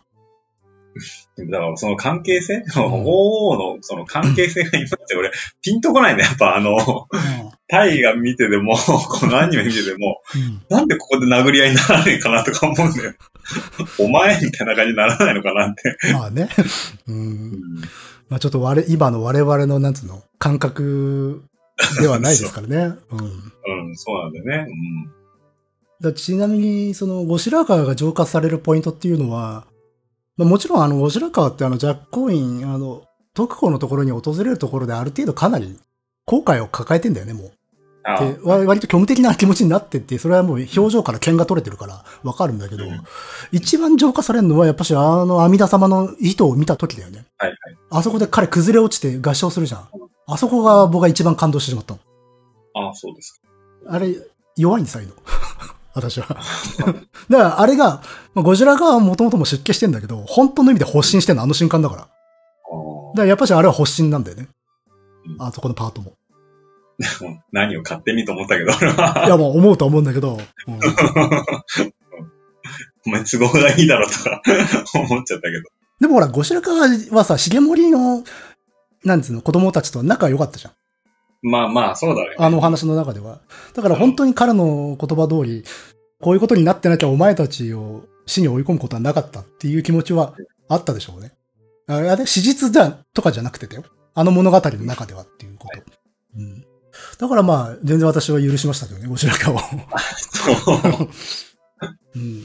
[SPEAKER 1] でもだからその関係性、王のその関係性が今って俺、ピンとこないね。やっぱあの、タイが見てでも、このアニメ見てでも、
[SPEAKER 2] うん。
[SPEAKER 1] なんでここで殴り合いにならないかなとか思うんだよ。お前みたいな感じにならないのかなって。
[SPEAKER 2] まあ ね。う
[SPEAKER 1] う
[SPEAKER 2] ん。まあちょっと我、今の我々の、なんつうの、感覚ではないですからね。うん。
[SPEAKER 1] ん、うん、そうなんだよね。うん。
[SPEAKER 2] だちなみに、その、後白河が浄化されるポイントっていうのは、まあ、もちろん、あの、後白河って、あの、若光院、あの、特攻のところに訪れるところで、ある程度かなり後悔を抱えてんだよね、もう。
[SPEAKER 1] ああ
[SPEAKER 2] でわ割と虚無的な気持ちになってって、それはもう表情から剣が取れてるからわかるんだけど、
[SPEAKER 1] うん
[SPEAKER 2] 一番浄化されるのはやっぱしあの阿弥陀様の糸を見た時だよね。
[SPEAKER 1] はいはい
[SPEAKER 2] あそこで彼崩れ落ちて合唱するじゃん。あそこが僕が一番感動してしまったの。
[SPEAKER 1] ああ、そうです
[SPEAKER 2] あれ、弱いんです、ああいうの。 私は。 だからあれが、まあゴジラ側はもともとも出家してんだけど、本当の意味で発信してんの、あの瞬間だから。だか
[SPEAKER 1] か。あ
[SPEAKER 2] らやっぱしあれは発信なんだよね
[SPEAKER 1] う。ん
[SPEAKER 2] あそこのパートも。
[SPEAKER 1] あ もう何を勝手にと思ったけど、 俺はい
[SPEAKER 2] や、もう思うとは思うんだけど、うん
[SPEAKER 1] お前都合がいいだろとか 思っちゃったけど。
[SPEAKER 2] でもほら、後白河はさ、重盛の、なんつうの、子供たちと仲良かったじゃん。
[SPEAKER 1] まあまあ、そうだ ね。
[SPEAKER 2] あのお話の中では。だから本当に彼の言葉通り、こういうことになってなきゃお前たちを死に追い込むことはなかったっていう気持ちはあったでしょうね。あれ、あれ史実だとかじゃなくてだよ。あの物語の中ではっていうこと。うん。だからまあ、全然私は許しましたけどね、後白河を。
[SPEAKER 1] そう。
[SPEAKER 2] うん。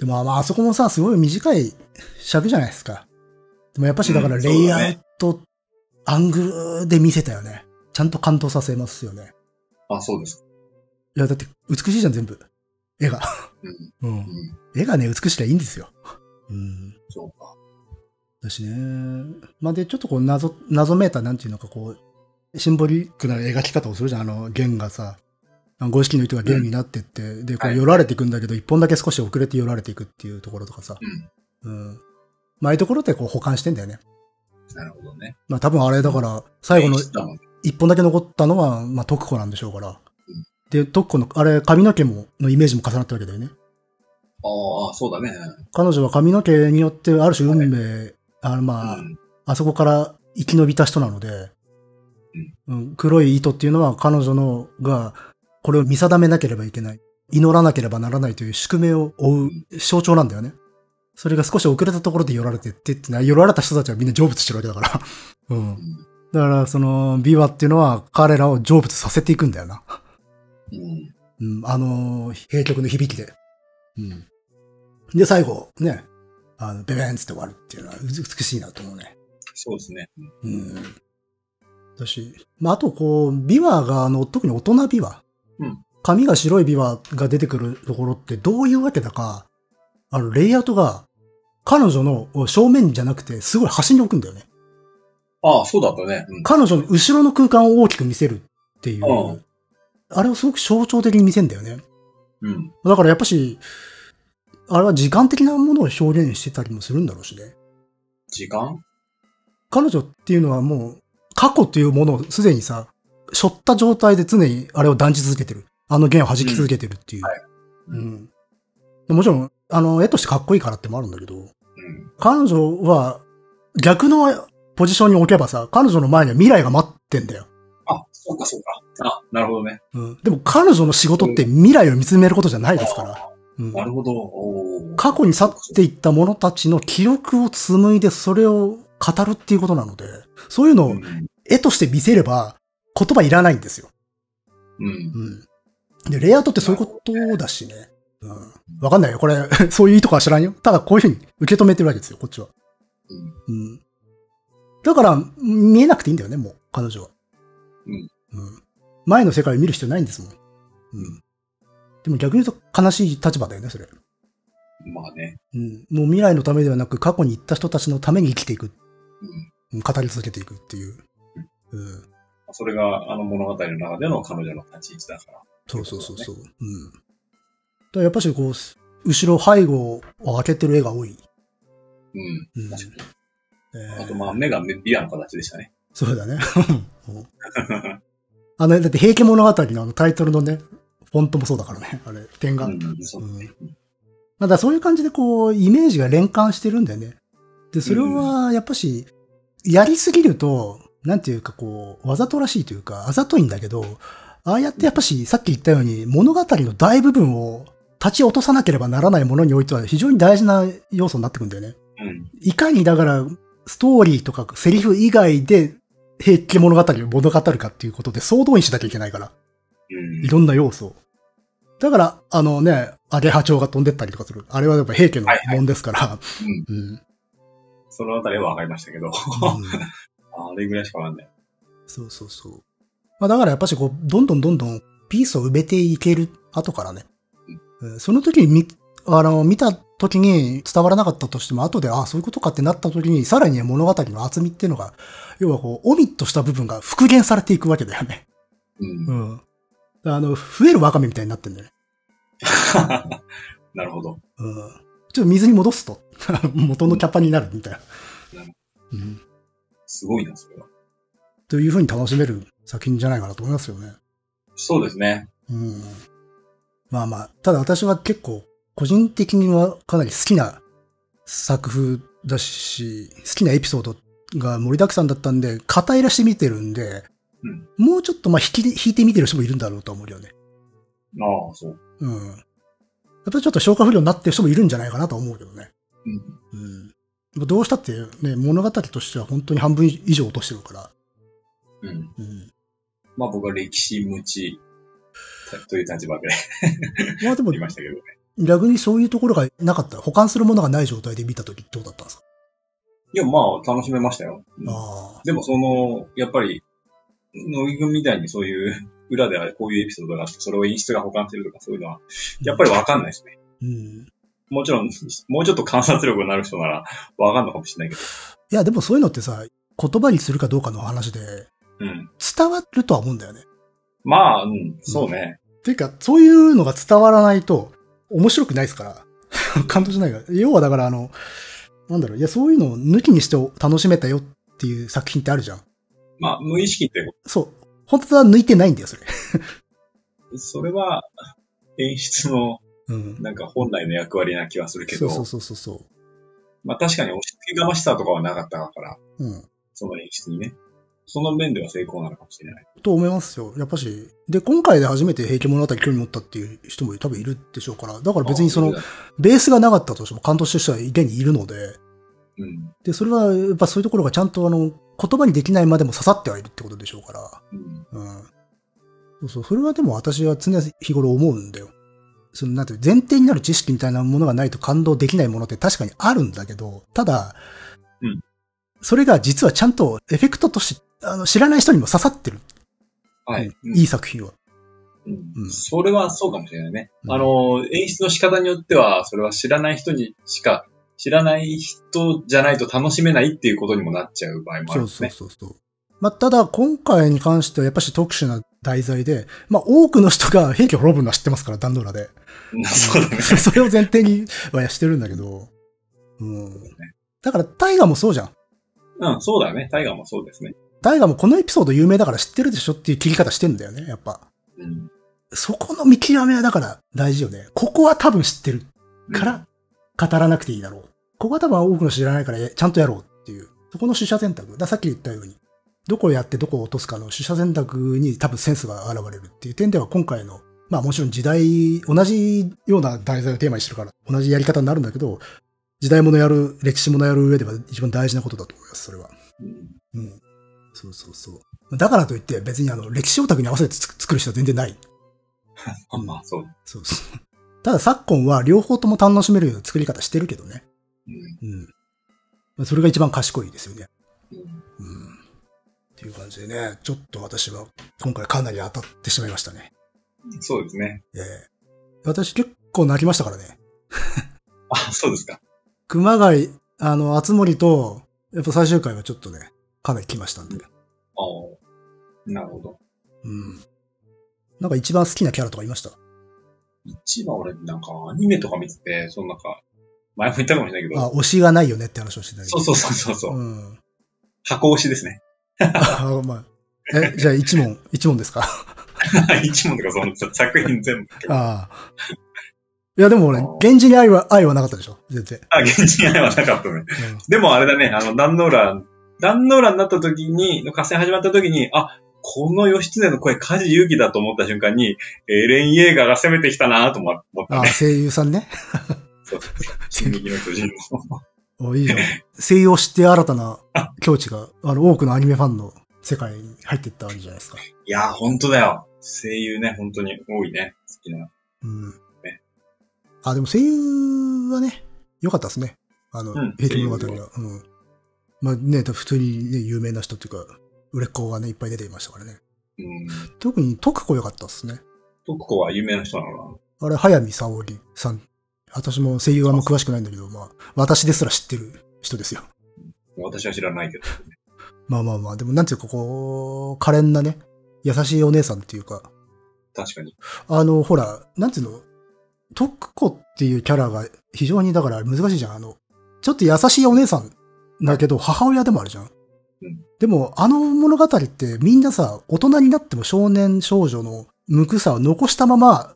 [SPEAKER 2] でもまあ、あそこもさ、すごい短い尺じゃないですか。でもやっぱしだから
[SPEAKER 1] うん
[SPEAKER 2] レイアウト、アングルで見せたよね。ちゃんと感動させますよね。
[SPEAKER 1] あ、そうです。
[SPEAKER 2] いや、だって美しいじゃん、全部。絵が。
[SPEAKER 1] うん。う
[SPEAKER 2] う。
[SPEAKER 1] んん。
[SPEAKER 2] 絵がね、美しきゃいいんですよ。うん。
[SPEAKER 1] そうか。
[SPEAKER 2] だしね。まあ、で、ちょっとこう、謎、謎めいた、なんていうのか、こう、シンボリックな描き方をするじゃん。あの、弦がさ、五色の糸が弦になってって、で、こ
[SPEAKER 1] は
[SPEAKER 2] う、
[SPEAKER 1] い
[SPEAKER 2] よられていくんだけど、一本だけ少し遅れてよられていくっていうところとかさ。
[SPEAKER 1] うん。
[SPEAKER 2] うん。まあ、ああいうところってこう、保管してんだよね。
[SPEAKER 1] なるほどね。
[SPEAKER 2] まあ、多分あれだから、最後の
[SPEAKER 1] 演出だもんね
[SPEAKER 2] 一本だけ残ったのは、まあ、徳子なんでしょうから
[SPEAKER 1] うん。
[SPEAKER 2] で、徳子の、あれ、髪の毛も、のイメージも重なったわけだよね。
[SPEAKER 1] ああ、そうだね。
[SPEAKER 2] 彼女は髪の毛によって、ある種運命、あの、まあ、
[SPEAKER 1] うん。
[SPEAKER 2] あそこから生き延びた人なので、うん黒い糸っていうのは彼女のが、これを見定めなければいけない。祈らなければならないという宿命を負う象徴なんだよね。それが少し遅れたところで寄られてってってな、寄られた人たちはみんな成仏してるわけだから。う。
[SPEAKER 1] うんん
[SPEAKER 2] だから、その、ビワっていうのは彼らを成仏させていくんだよな。
[SPEAKER 1] うん。
[SPEAKER 2] うん、あのー、閉曲の響きで。うん。で、最後、ね、あの、ベベンつって終わるっていうのは美しいなと思うね。
[SPEAKER 1] そうですね。うん
[SPEAKER 2] うん。だし、まあ、あとこう、琵琶が、あの、特に大人琵琶。
[SPEAKER 1] うん
[SPEAKER 2] 髪が白い琵琶が出てくるところってどういうわけだか、あの、レイアウトが、彼女の正面じゃなくて、すごい端に置くんだよね。
[SPEAKER 1] ああ、そうだったね。うん。
[SPEAKER 2] 彼女の後ろの空間を大きく見せるっていう、
[SPEAKER 1] うん
[SPEAKER 2] あれをすごく象徴的に見せるんだよね。
[SPEAKER 1] うん。
[SPEAKER 2] だからやっぱし、あれは時間的なものを表現してたりもするんだろうしね。
[SPEAKER 1] 時間
[SPEAKER 2] 彼女っていうのはもう、過去というものをすでにさ、背負った状態で常にあれを断ち続けてる。あの弦を弾き続けてるってい
[SPEAKER 1] う
[SPEAKER 2] う。
[SPEAKER 1] んはい
[SPEAKER 2] うんもちろん、あの、絵としてかっこいいからってもあるんだけど、
[SPEAKER 1] うん。
[SPEAKER 2] 彼女は逆のポジションに置けばさ、彼女の前には未来が待ってんだよ。
[SPEAKER 1] あ、そうかそうか。あ、なるほどね。
[SPEAKER 2] うん、でも彼女の仕事って未来を見つめることじゃないですから。うん
[SPEAKER 1] なるほど。おー
[SPEAKER 2] 過去に去っていった者たちの記憶を紡いでそれを語るっていうことなので、そういうのを
[SPEAKER 1] うん。
[SPEAKER 2] 絵として見せれば、言葉いらないんですよ。
[SPEAKER 1] うん。
[SPEAKER 2] うん。で、レイアウトってそういうことだしね。うん。わかんないよ。これ、 そういう意図かは知らんよ。ただ、こういうふうに受け止めてるわけですよ、こっちは。
[SPEAKER 1] うん
[SPEAKER 2] うん。だから、見えなくていいんだよね、もう、彼女は。
[SPEAKER 1] うん。
[SPEAKER 2] うん。前の世界を見る必要ないんですもん。うん。でも逆に言うと悲しい立場だよね、それ。
[SPEAKER 1] まあね。
[SPEAKER 2] うん。もう未来のためではなく、過去に行った人たちのために生きていく。
[SPEAKER 1] うん。
[SPEAKER 2] うん語り続けていくっていう。うん。
[SPEAKER 1] それが、あの物語の中での彼女の立ち位置だから。
[SPEAKER 2] そうそうそうそう。うん。だからやっぱしこう、後ろ背後を開けてる絵が多い。
[SPEAKER 1] うん。
[SPEAKER 2] うん。
[SPEAKER 1] 確か
[SPEAKER 2] え
[SPEAKER 1] に。
[SPEAKER 2] ー
[SPEAKER 1] あと、まあ、目がねビアの形でしたね。
[SPEAKER 2] そうだね。うんあの、だって平家物語のあのタイトルのね、フォントもそうだからね、あれ、点
[SPEAKER 1] う
[SPEAKER 2] が。
[SPEAKER 1] ん。そううん
[SPEAKER 2] まあだからそういう感じでこう、イメージが連関してるんだよね。で、それは、やっぱし、やりすぎると、なんていうかこう、わざとらしいというか、あざといんだけど、ああやってやっぱし、さっき言ったように、物語の大部分を立ち落とさなければならないものにおいては非常に大事な要素になってくんだよね。
[SPEAKER 1] うん。
[SPEAKER 2] いかにだから、ストーリーとかセリフ以外で、平家物語を物語るかっていうことで総動員しなきゃいけないから。
[SPEAKER 1] うん。
[SPEAKER 2] いろんな要素を。だから、あのね、アゲハチョウが飛んでったりとかする。あれはやっぱ平家の
[SPEAKER 1] はいは
[SPEAKER 2] もんですから。
[SPEAKER 1] うん
[SPEAKER 2] うん
[SPEAKER 1] そのあたりはわかりましたけど。
[SPEAKER 2] うん
[SPEAKER 1] あれぐらいしかわかんない。
[SPEAKER 2] そうそうそう。まあだからやっぱしこう、どんどんどんどんピースを埋めていける後からね。うんその時に見、あの、見た時に伝わらなかったとしても、後で、ああ、そういうことかってなった時に、さらに物語の厚みっていうのが、要はこう、オミットした部分が復元されていくわけだよね。
[SPEAKER 1] うん。
[SPEAKER 2] うん。あの、増えるワカメみたいになってんだよね。
[SPEAKER 1] なるほど。
[SPEAKER 2] うんちょっと水に戻すと、 元のキャパになるみたいな。うん、
[SPEAKER 1] すごいな、それは。
[SPEAKER 2] というふうに楽しめる作品じゃないかなと思いますよね。
[SPEAKER 1] そうですね。
[SPEAKER 2] うん、まあまあ、ただ私は結構、個人的にはかなり好きな作風だし、好きなエピソードが盛りだくさんだったんで、偏らして見てるんで、
[SPEAKER 1] うん
[SPEAKER 2] もうちょっとまあ引きで引いて見てる人もいるんだろうと思うよね。
[SPEAKER 1] ああ、そう。
[SPEAKER 2] うん。やっぱりちょっと消化不良になってる人もいるんじゃないかなと思うけどね。
[SPEAKER 1] うん。
[SPEAKER 2] うん、どうしたって、ね、物語としては本当に半分以上落としてるから。
[SPEAKER 1] うん。
[SPEAKER 2] うん、
[SPEAKER 1] まあ僕は歴史無知という立場で
[SPEAKER 2] まあでも
[SPEAKER 1] い、ましたけどね。
[SPEAKER 2] 逆にそういうところがなかったら、保管するものがない状態で見たときどうだったんですか、
[SPEAKER 1] いや、まあ楽しめましたよ。うん
[SPEAKER 2] ああ。
[SPEAKER 1] でもその、やっぱり、野木君みたいにそういう裏であれこういうエピソードがあって、それを演出が保管してるとかそういうのは、やっぱりわかんないですね。
[SPEAKER 2] うん。
[SPEAKER 1] もちろん、もうちょっと観察力のある人ならわかんのかもしれないけ
[SPEAKER 2] いや、でもそういうのってさ、言葉にするかどうかの話で、
[SPEAKER 1] ど。うん。
[SPEAKER 2] 伝わるとは思うんだよね。
[SPEAKER 1] まあ、うん、そうね。
[SPEAKER 2] ていうか、そういうのが伝わらないと、面白くないですから。 感動しないから。要はだから、あの、なんだろう、いや、そういうのを抜きにして楽しめたよっていう作品ってあるじゃん。
[SPEAKER 1] まあ、無意識ってこ
[SPEAKER 2] そう。本当は抜いてないんだよ、それ。
[SPEAKER 1] と。それは、演出の、
[SPEAKER 2] うん。
[SPEAKER 1] なんか本来の役割な気はするけ
[SPEAKER 2] そ
[SPEAKER 1] ど、
[SPEAKER 2] うそうそうそうそ
[SPEAKER 1] まあ確かに押し付けがましさとかはなかったから、
[SPEAKER 2] う。うん。
[SPEAKER 1] その演出にね。その面では成功なのかもしれない。
[SPEAKER 2] と思いますよ。やっぱし。で、今回で初めて平家物語興味持ったっていう人も多分いるでしょうから、だから別にその
[SPEAKER 1] あ、
[SPEAKER 2] ベースがなかったとしても感動してる人は現にいるので、
[SPEAKER 1] うん。
[SPEAKER 2] で、それはやっぱそういうところがちゃんとあの、言葉にできないまでも刺さってはいるってことでしょうから。
[SPEAKER 1] うん。
[SPEAKER 2] うん。そうそう、それはでも私は常日頃思うんだよ。その、なんていう、前提になる知識みたいなものがないと感動できないものって確かにあるんだけど、ただ、
[SPEAKER 1] うん
[SPEAKER 2] それが実はちゃんとエフェクトとして、あの、知らない人にも刺さってる。
[SPEAKER 1] はい。
[SPEAKER 2] うんいい作品は。
[SPEAKER 1] う
[SPEAKER 2] うんん
[SPEAKER 1] それはそうかもしれないね。
[SPEAKER 2] うん
[SPEAKER 1] あの、演出の仕方によっては、それは知らない人にしか、知らない人じゃないと楽しめないっていうことにもなっちゃう場合もあるん
[SPEAKER 2] そう
[SPEAKER 1] です
[SPEAKER 2] そう
[SPEAKER 1] ね。
[SPEAKER 2] そうそう。まあ、ただ、今回に関してはやっぱし特殊な題材で、まあ、多くの人が兵器を滅ぶのは知ってますから、壇ノ浦で。
[SPEAKER 1] うんそうだね。
[SPEAKER 2] それを前提にはしてるんだけど。うん。だから、大河もそうじゃん。
[SPEAKER 1] うん、そうだね。タイガーもそうですね。
[SPEAKER 2] 大河もこのエピソード有名だから知ってるでしょっていう切り方してんだよね、やっぱ。
[SPEAKER 1] うん。
[SPEAKER 2] そこの見極めはだから大事よね。ここは多分知ってるから語らなくていいだろう。ここは多分多くの知らないからえちゃんとやろうっていう。そこの取捨選択。ださっき言ったように。どこをやってどこを落とすかの取捨選択に多分センスが現れるっていう点では今回の、まあもちろん時代、同じような題材をテーマにしてるから同じやり方になるんだけど、時代ものやる、歴史ものやる上では一番大事なことだと思います、それは。
[SPEAKER 1] うん。
[SPEAKER 2] うん。そうそうそう。だからといって別にあの歴史オタクに合わせてつく作る人は全然ない。
[SPEAKER 1] あまあ、そう。
[SPEAKER 2] そうそう。ただ昨今は両方とも楽しめるような作り方してるけどね。
[SPEAKER 1] うん
[SPEAKER 2] うん。まあそれが一番賢いですよね。
[SPEAKER 1] うん
[SPEAKER 2] うん。っていう感じでね、ちょっと私は今回かなり当たってしまいましたね。
[SPEAKER 1] そうですね。
[SPEAKER 2] ええ私結構泣きましたからね。
[SPEAKER 1] あ、そうですか。
[SPEAKER 2] 熊谷、あの、厚森と、やっぱ最終回はちょっとね、かなり来ましたんで。
[SPEAKER 1] ああ。なるほど。
[SPEAKER 2] うん。なんか一番好きなキャラとかいました
[SPEAKER 1] 一番俺、なんかアニメとか見てて、そのなんか、前も言ったかもしれないけど、
[SPEAKER 2] あ、推しがないよねって話をしてたけど
[SPEAKER 1] そうそうそうそうそう、
[SPEAKER 2] うん。
[SPEAKER 1] 箱推しですね。
[SPEAKER 2] あまあ、え、じゃあ一問、 一問ですか
[SPEAKER 1] 一問とかその作品全部。
[SPEAKER 2] ああ。いや、でも俺、源氏に愛は、愛はなかったでしょ全然。
[SPEAKER 1] あ、現地にはなかったね。でもあれだね、あの、壇ノ浦、壇ノ浦になった時に、の合戦始まった時に、あ、この義経の声、梶勇気だと思った瞬間に、エレン・イェーガーが攻めてきたなと思思っ
[SPEAKER 2] うん、あ
[SPEAKER 1] た
[SPEAKER 2] あ、
[SPEAKER 1] ね。
[SPEAKER 2] 声優さ んね。
[SPEAKER 1] そう進撃の巨人の。
[SPEAKER 2] おいいじゃん。声優を知って新たな境地が、あの、多くのアニメファンの世界に入っていったわけじゃないですか。
[SPEAKER 1] いやー、ほんとだよ。声優ね、本当に多いね。好きな。
[SPEAKER 2] うん
[SPEAKER 1] ね。
[SPEAKER 2] あ、でも声優はね、良かったですね。あの、
[SPEAKER 1] うん
[SPEAKER 2] 平家物語が。うん。まあね、普通にね、有名な人っていうか、売れっ子がね、いっぱい出ていましたからね。
[SPEAKER 1] うん。
[SPEAKER 2] 特に徳子良かったですね。
[SPEAKER 1] 徳子は有名な人なの
[SPEAKER 2] あれ、早見沙織さん。私も声優はあんま詳しくないんだけど、まあ、私ですら知ってる人ですよ。
[SPEAKER 1] かな私は知らないけど。
[SPEAKER 2] まあまあまあ、でもなんていうかこう、可憐なね、優しいお姉さんっていうか、
[SPEAKER 1] 確かに。
[SPEAKER 2] あの、ほら、なんていうの、徳子っていうキャラが非常にだから難しいじゃん。あの、ちょっと優しいお姉さんだけど、母親でもあるじゃん
[SPEAKER 1] うん。
[SPEAKER 2] でも、あの物語ってみんなさ、大人になっても少年少女の無垢さを残したまま、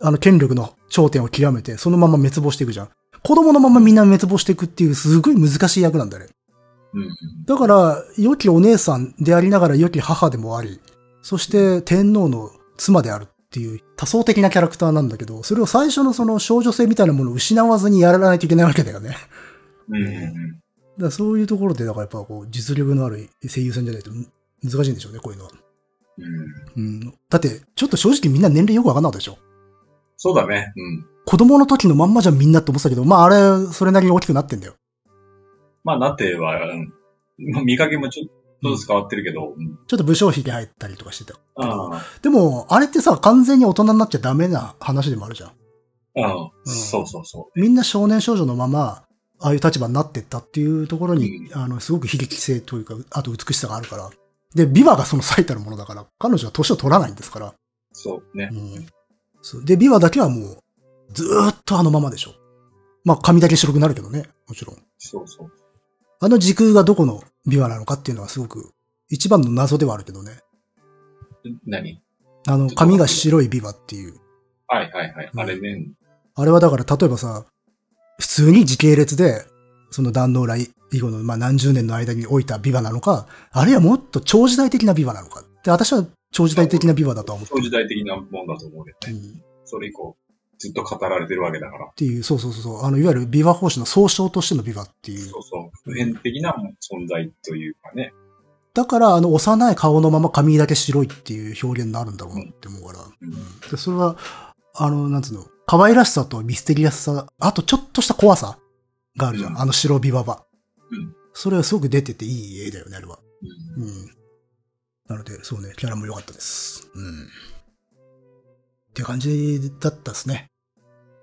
[SPEAKER 2] あの、権力の頂点を極めて、そのまま滅亡していくじゃん。子供のままみんな滅亡していくっていう、すごい難しい役なんだよね。
[SPEAKER 1] うんうん。
[SPEAKER 2] だから、良きお姉さんでありながら良き母でもあり、そして天皇の妻であるっていう多層的なキャラクターなんだけど、それを最初のその少女性みたいなものを失わずにやらないといけないわけだよね。 だか
[SPEAKER 1] うんうんうん。
[SPEAKER 2] らそういうところで、だからやっぱこう、実力のある声優さんじゃないとむ難しいんでしょうね、こういうのは。
[SPEAKER 1] うん、
[SPEAKER 2] うん。だって、ちょっと正直みんな年齢よくわかんなかったでしょ。
[SPEAKER 1] そうだね。うん。
[SPEAKER 2] 子供の時のまんまじゃみんなって思ってたけど、まああれ、それなりに大きくなってんだよ。
[SPEAKER 1] まあ、なっては、うん。まあ見かけもちょっとずつ変わってるけど、うん
[SPEAKER 2] ちょっと武将髭入ったりとかしてた。
[SPEAKER 1] ああ、
[SPEAKER 2] でも、あれってさ、完全に大人になっちゃダメな話でもあるじゃん。
[SPEAKER 1] ああ、
[SPEAKER 2] ん
[SPEAKER 1] そうそうそ
[SPEAKER 2] みんな少年少女のまま、ああいう立場になってったっていうところに、
[SPEAKER 1] う
[SPEAKER 2] あの、すごく悲劇性というか、あと美しさがあるから。で、ビワがその最たるものだから、彼女は年を取らないんですから。
[SPEAKER 1] う。そうね
[SPEAKER 2] う。ん。そうで、ビワだけはもう、ずーっとあのままでしょ。まあ、髪だけ白くなるけどね、もちろん。
[SPEAKER 1] そうそう。
[SPEAKER 2] あの時空がどこのビワなのかっていうのはすごく、一番の謎ではあるけどね。
[SPEAKER 1] 何
[SPEAKER 2] あの、髪が白いビワっていう。
[SPEAKER 1] はいはいはい。
[SPEAKER 2] うん
[SPEAKER 1] あれね。
[SPEAKER 2] あれはだから、例えばさ、普通に時系列で、その壇能来以後の、まあ、何十年の間に置いたビワなのか、あるいはもっと超時代的なビワなのか。で、私は超時代的なビワだとは思って
[SPEAKER 1] 超
[SPEAKER 2] る。
[SPEAKER 1] 時代的なもんだと思うけど
[SPEAKER 2] う
[SPEAKER 1] ね。
[SPEAKER 2] ん
[SPEAKER 1] それ以降、ずっと語られてるわけだから
[SPEAKER 2] っ。ていう、そうそうそうそう、あの、いわゆるビワ法師の総称としてのビワっていう
[SPEAKER 1] そ。うそう。普遍的な存在というかね。
[SPEAKER 2] だから、あの、幼い顔のまま髪だけ白いっていう表現になるんだろうなって思うから。
[SPEAKER 1] うん
[SPEAKER 2] うんでそれは、あの、なんつうの、可愛らしさとミステリアスさ、あとちょっとした怖さがあるじゃん。
[SPEAKER 1] うん
[SPEAKER 2] あの白ビワは。
[SPEAKER 1] うん
[SPEAKER 2] それはすごく出てていい絵だよね、あれは。
[SPEAKER 1] うん
[SPEAKER 2] うん。なので、そうね、キャラも良かったです。うん。っていう感じだったですね。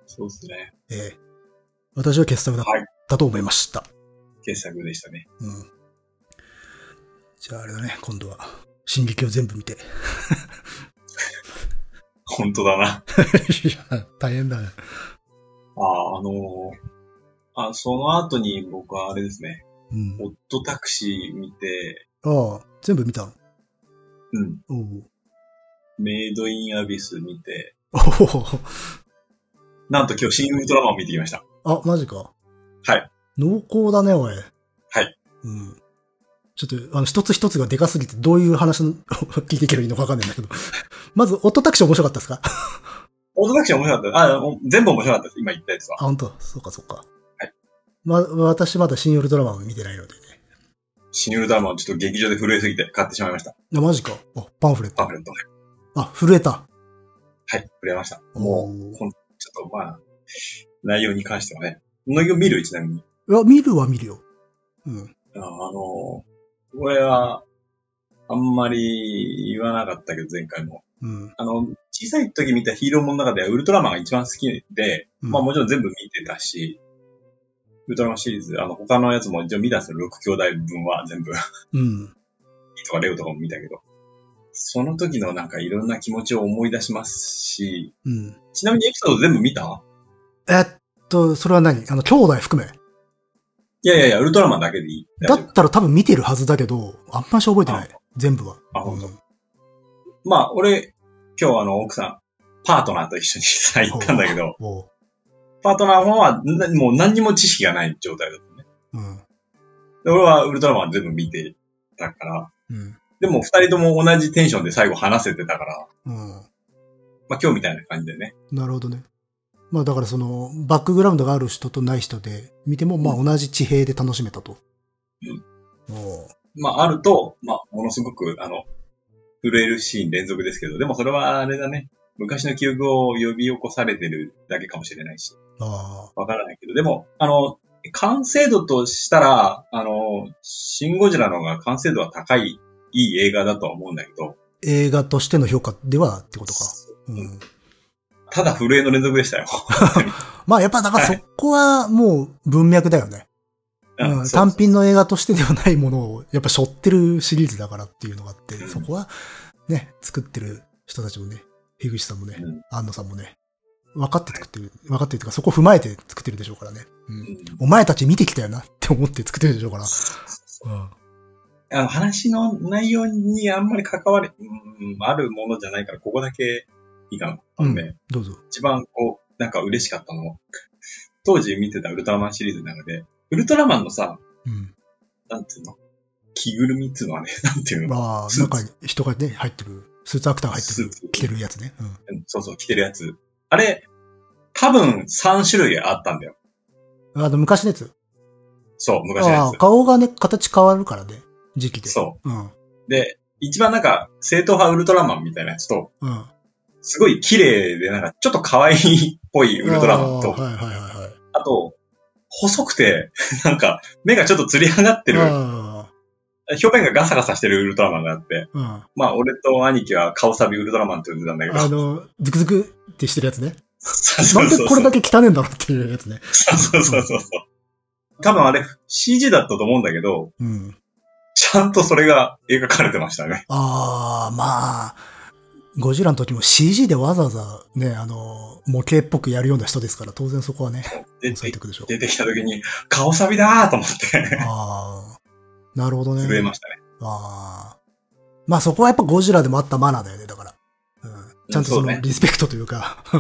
[SPEAKER 1] そうですね。
[SPEAKER 2] ええ私は傑作だ,、
[SPEAKER 1] はい
[SPEAKER 2] だと思いました。
[SPEAKER 1] 傑作でしたね。
[SPEAKER 2] うん。じゃああれだね、今度は、進撃を全部見て。
[SPEAKER 1] 本当だな。
[SPEAKER 2] いや、 大変だね。
[SPEAKER 1] あ、あのーあ、その後に僕はあれですね、
[SPEAKER 2] うん。
[SPEAKER 1] ホットタクシー見て、
[SPEAKER 2] ああ、全部見たの。
[SPEAKER 1] うん、
[SPEAKER 2] おう
[SPEAKER 1] メイドインアビス見て、
[SPEAKER 2] おう
[SPEAKER 1] なんと今日新ウルトラマンを見てきました。
[SPEAKER 2] あ、マジか。
[SPEAKER 1] はい。
[SPEAKER 2] 濃厚だね、おい。
[SPEAKER 1] はい。
[SPEAKER 2] うん。ちょっと、あの、一つ一つがでかすぎて、どういう話の 聞いていけばいいのかわかんないんだけど。 まず、オットタクシー面白かったですか あ、
[SPEAKER 1] ホットタクシー面白かった。あ、お全部面白かったです。今言ったやつは。
[SPEAKER 2] 本当そうか、そうか。
[SPEAKER 1] はい。
[SPEAKER 2] ま、私まだ新ウルトラマンを見てないのでね。
[SPEAKER 1] 新ウルトラマンちょっと劇場で震えすぎて買ってしまいました。
[SPEAKER 2] あ、マジか。あ、パンフレッ
[SPEAKER 1] パ
[SPEAKER 2] ト
[SPEAKER 1] ン。フレット。
[SPEAKER 2] あ、震えた。
[SPEAKER 1] はい、震えました。
[SPEAKER 2] お
[SPEAKER 1] も
[SPEAKER 2] ー
[SPEAKER 1] う、こんちょっとまあ、内容に関してはね。内容見るちなみに。
[SPEAKER 2] いや、見るは見るよ。うん。
[SPEAKER 1] ああのーこれは、あんまり言わなかったけど、前回も。
[SPEAKER 2] うん。
[SPEAKER 1] あの、小さい時見たヒーローものの中ではウルトラマンが一番好きで、
[SPEAKER 2] うん
[SPEAKER 1] まあもちろん全部見てたし、ウルトラマンシリーズ、あの、他のやつも一応見たんですよ、6兄弟分は全部。
[SPEAKER 2] うん。
[SPEAKER 1] イとかレオとかも見たけど。その時のなんかいろんな気持ちを思い出しますし、
[SPEAKER 2] うん。
[SPEAKER 1] ちなみにエピソード全部見た
[SPEAKER 2] えっと、それは何あの、兄弟含め。
[SPEAKER 1] いやいやいや、ウルトラマンだけでいい。
[SPEAKER 2] だ
[SPEAKER 1] 大丈夫
[SPEAKER 2] っ。たら多分見てるはずだけど、あんまし覚えてない。全部は。
[SPEAKER 1] あ本当
[SPEAKER 2] うん
[SPEAKER 1] まあ、俺、今日あの、奥さん、パートナーと一緒に さ、行ったんだけど、
[SPEAKER 2] おう
[SPEAKER 1] パートナーの方は、なもう何にも知識がない状態だったね。
[SPEAKER 2] うん。
[SPEAKER 1] で俺はウルトラマン全部見てたから、
[SPEAKER 2] うん。
[SPEAKER 1] でも二人とも同じテンションで最後話せてたから、
[SPEAKER 2] うん。
[SPEAKER 1] まあ今日みたいな感じでね。
[SPEAKER 2] なるほどね。まあだからその、バックグラウンドがある人とない人で見ても、まあ同じ地平で楽しめたと。おう
[SPEAKER 1] まああると、まあものすごく、あの、震えるシーン連続ですけど、でもそれはあれだね。昔の記憶を呼び起こされてるだけかもしれないし、
[SPEAKER 2] ああ。
[SPEAKER 1] わからないけど、でも、あの、完成度としたら、あの、シンゴジラの方が完成度は高い、いい映画だとは思うんだけど、
[SPEAKER 2] 映画としての評価ではってことか。うん。
[SPEAKER 1] ただ震えの連続でしたよ。
[SPEAKER 2] まあやっぱだからそこはもう文脈だよね。 うん、
[SPEAKER 1] そう
[SPEAKER 2] 単品の映画としてではないものをやっぱ背負ってるシリーズだからっていうのがあって、
[SPEAKER 1] うん
[SPEAKER 2] そこはね、作ってる人たちもね、樋口さんもね、
[SPEAKER 1] うん
[SPEAKER 2] 安野さんもね、分かって作ってる、分かってるというかそこを踏まえて作ってるでしょうからね。う、
[SPEAKER 1] うんん
[SPEAKER 2] お前たち見てきたよなって思って作ってるでしょうから。うん
[SPEAKER 1] あの話の内容にあんまり関わり、うん、あるものじゃないから、ここだけいいかな。あのね、
[SPEAKER 2] うんどうぞ。
[SPEAKER 1] 一番こう、なんか嬉しかったの。当時見てたウルトラマンシリーズなので、ウルトラマンのさ、
[SPEAKER 2] うん。
[SPEAKER 1] なんていうの着ぐるみっつうのはね、 なんていうの、
[SPEAKER 2] まあ、
[SPEAKER 1] スーツ
[SPEAKER 2] 中に人がね、入ってる、スーツアクターが入って
[SPEAKER 1] スー
[SPEAKER 2] る
[SPEAKER 1] ツ、
[SPEAKER 2] 着てるやつね。うん。
[SPEAKER 1] うんそうそう、着てるやつ。あれ、多分3種類あったんだよ。
[SPEAKER 2] あの、昔のやつ。
[SPEAKER 1] そう、昔のや
[SPEAKER 2] ああ、顔がね、形変わるからね、時期で。。
[SPEAKER 1] つ。そう
[SPEAKER 2] うん。
[SPEAKER 1] う。で、一番なんか、正統派ウルトラマンみたいなやつと、
[SPEAKER 2] うん。
[SPEAKER 1] すごい綺麗で、なんか、ちょっと可愛いっぽいウルトラマンと
[SPEAKER 2] あ、あはいはいはいはい。
[SPEAKER 1] あと、細くて、なんか、目がちょっとつり上がってる、
[SPEAKER 2] あ
[SPEAKER 1] 表面がガサガサしてるウルトラマンがあって、
[SPEAKER 2] うん。あ
[SPEAKER 1] まあ、俺と兄貴は顔サビウルトラマンって呼んでたんだけど。
[SPEAKER 2] の、ズクズクってしてるやつね。
[SPEAKER 1] そうそ
[SPEAKER 2] な
[SPEAKER 1] うん
[SPEAKER 2] で
[SPEAKER 1] そう
[SPEAKER 2] これだけ汚ねんだろうっていうやつね。
[SPEAKER 1] そうそうそうそう。多分あれ CG だったと思うんだけど、
[SPEAKER 2] うん。
[SPEAKER 1] ちゃんとそれが描かれてましたね。
[SPEAKER 2] ああ、まあ、ゴジラの時も CG でわざわざね、あの、模型っぽくやるような人ですから、当然そこはね、
[SPEAKER 1] で
[SPEAKER 2] 抑えていくでしょう。
[SPEAKER 1] 出てきた時に、顔サビだーと思って、
[SPEAKER 2] ああ、なるほどね。
[SPEAKER 1] 震えましたね。
[SPEAKER 2] ああ。まあそこはやっぱゴジラでもあったマナーだよね、だから。うん、ちゃんとそ
[SPEAKER 1] そう
[SPEAKER 2] の
[SPEAKER 1] ね
[SPEAKER 2] リスペクトというか。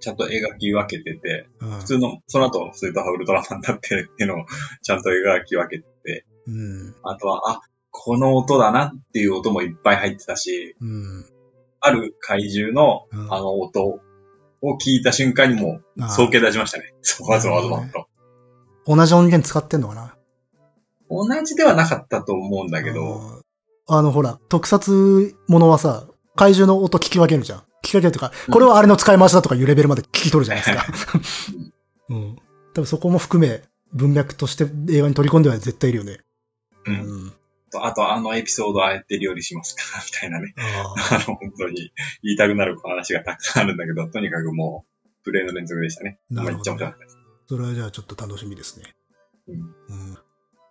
[SPEAKER 1] ちゃんと描き分けてて、
[SPEAKER 2] うん
[SPEAKER 1] 普通の、その後、スーパーウルトラマンだってっていうのをちゃんと描き分けて、
[SPEAKER 2] うん。
[SPEAKER 1] あとは、あ、この音だなっていう音もいっぱい入ってたし、
[SPEAKER 2] うん。
[SPEAKER 1] ある怪獣の
[SPEAKER 2] うん
[SPEAKER 1] あの音を聞いた瞬間にも
[SPEAKER 2] あ
[SPEAKER 1] う、
[SPEAKER 2] あ
[SPEAKER 1] 総計出しましたね。そう、わざわざわざと。
[SPEAKER 2] 同じ音源使ってんのかな
[SPEAKER 1] 同じではなかったと思うんだけど、
[SPEAKER 2] うんあの、ほら、特撮ものはさ、怪獣の音聞き分けるじゃん。聞き分けるというか、これはあれの使い回しだとかいうレベルまで聞き取るじゃないです か。うん。多分そこも含め、文脈として映画に取り込んでは絶対いるよね。
[SPEAKER 1] うんとあとあのエピソードああやって料理しますかみたいなね。
[SPEAKER 2] ああ
[SPEAKER 1] あの、本当に言いたくなる話がたくさんあるんだけど、とにかくもう、プレイの連続でしたね。
[SPEAKER 2] な
[SPEAKER 1] まあ、
[SPEAKER 2] る
[SPEAKER 1] 言
[SPEAKER 2] ほ
[SPEAKER 1] っちゃ
[SPEAKER 2] ど
[SPEAKER 1] 面白
[SPEAKER 2] ね
[SPEAKER 1] かったです。
[SPEAKER 2] それはじゃあちょっと楽しみですね。
[SPEAKER 1] うん
[SPEAKER 2] うん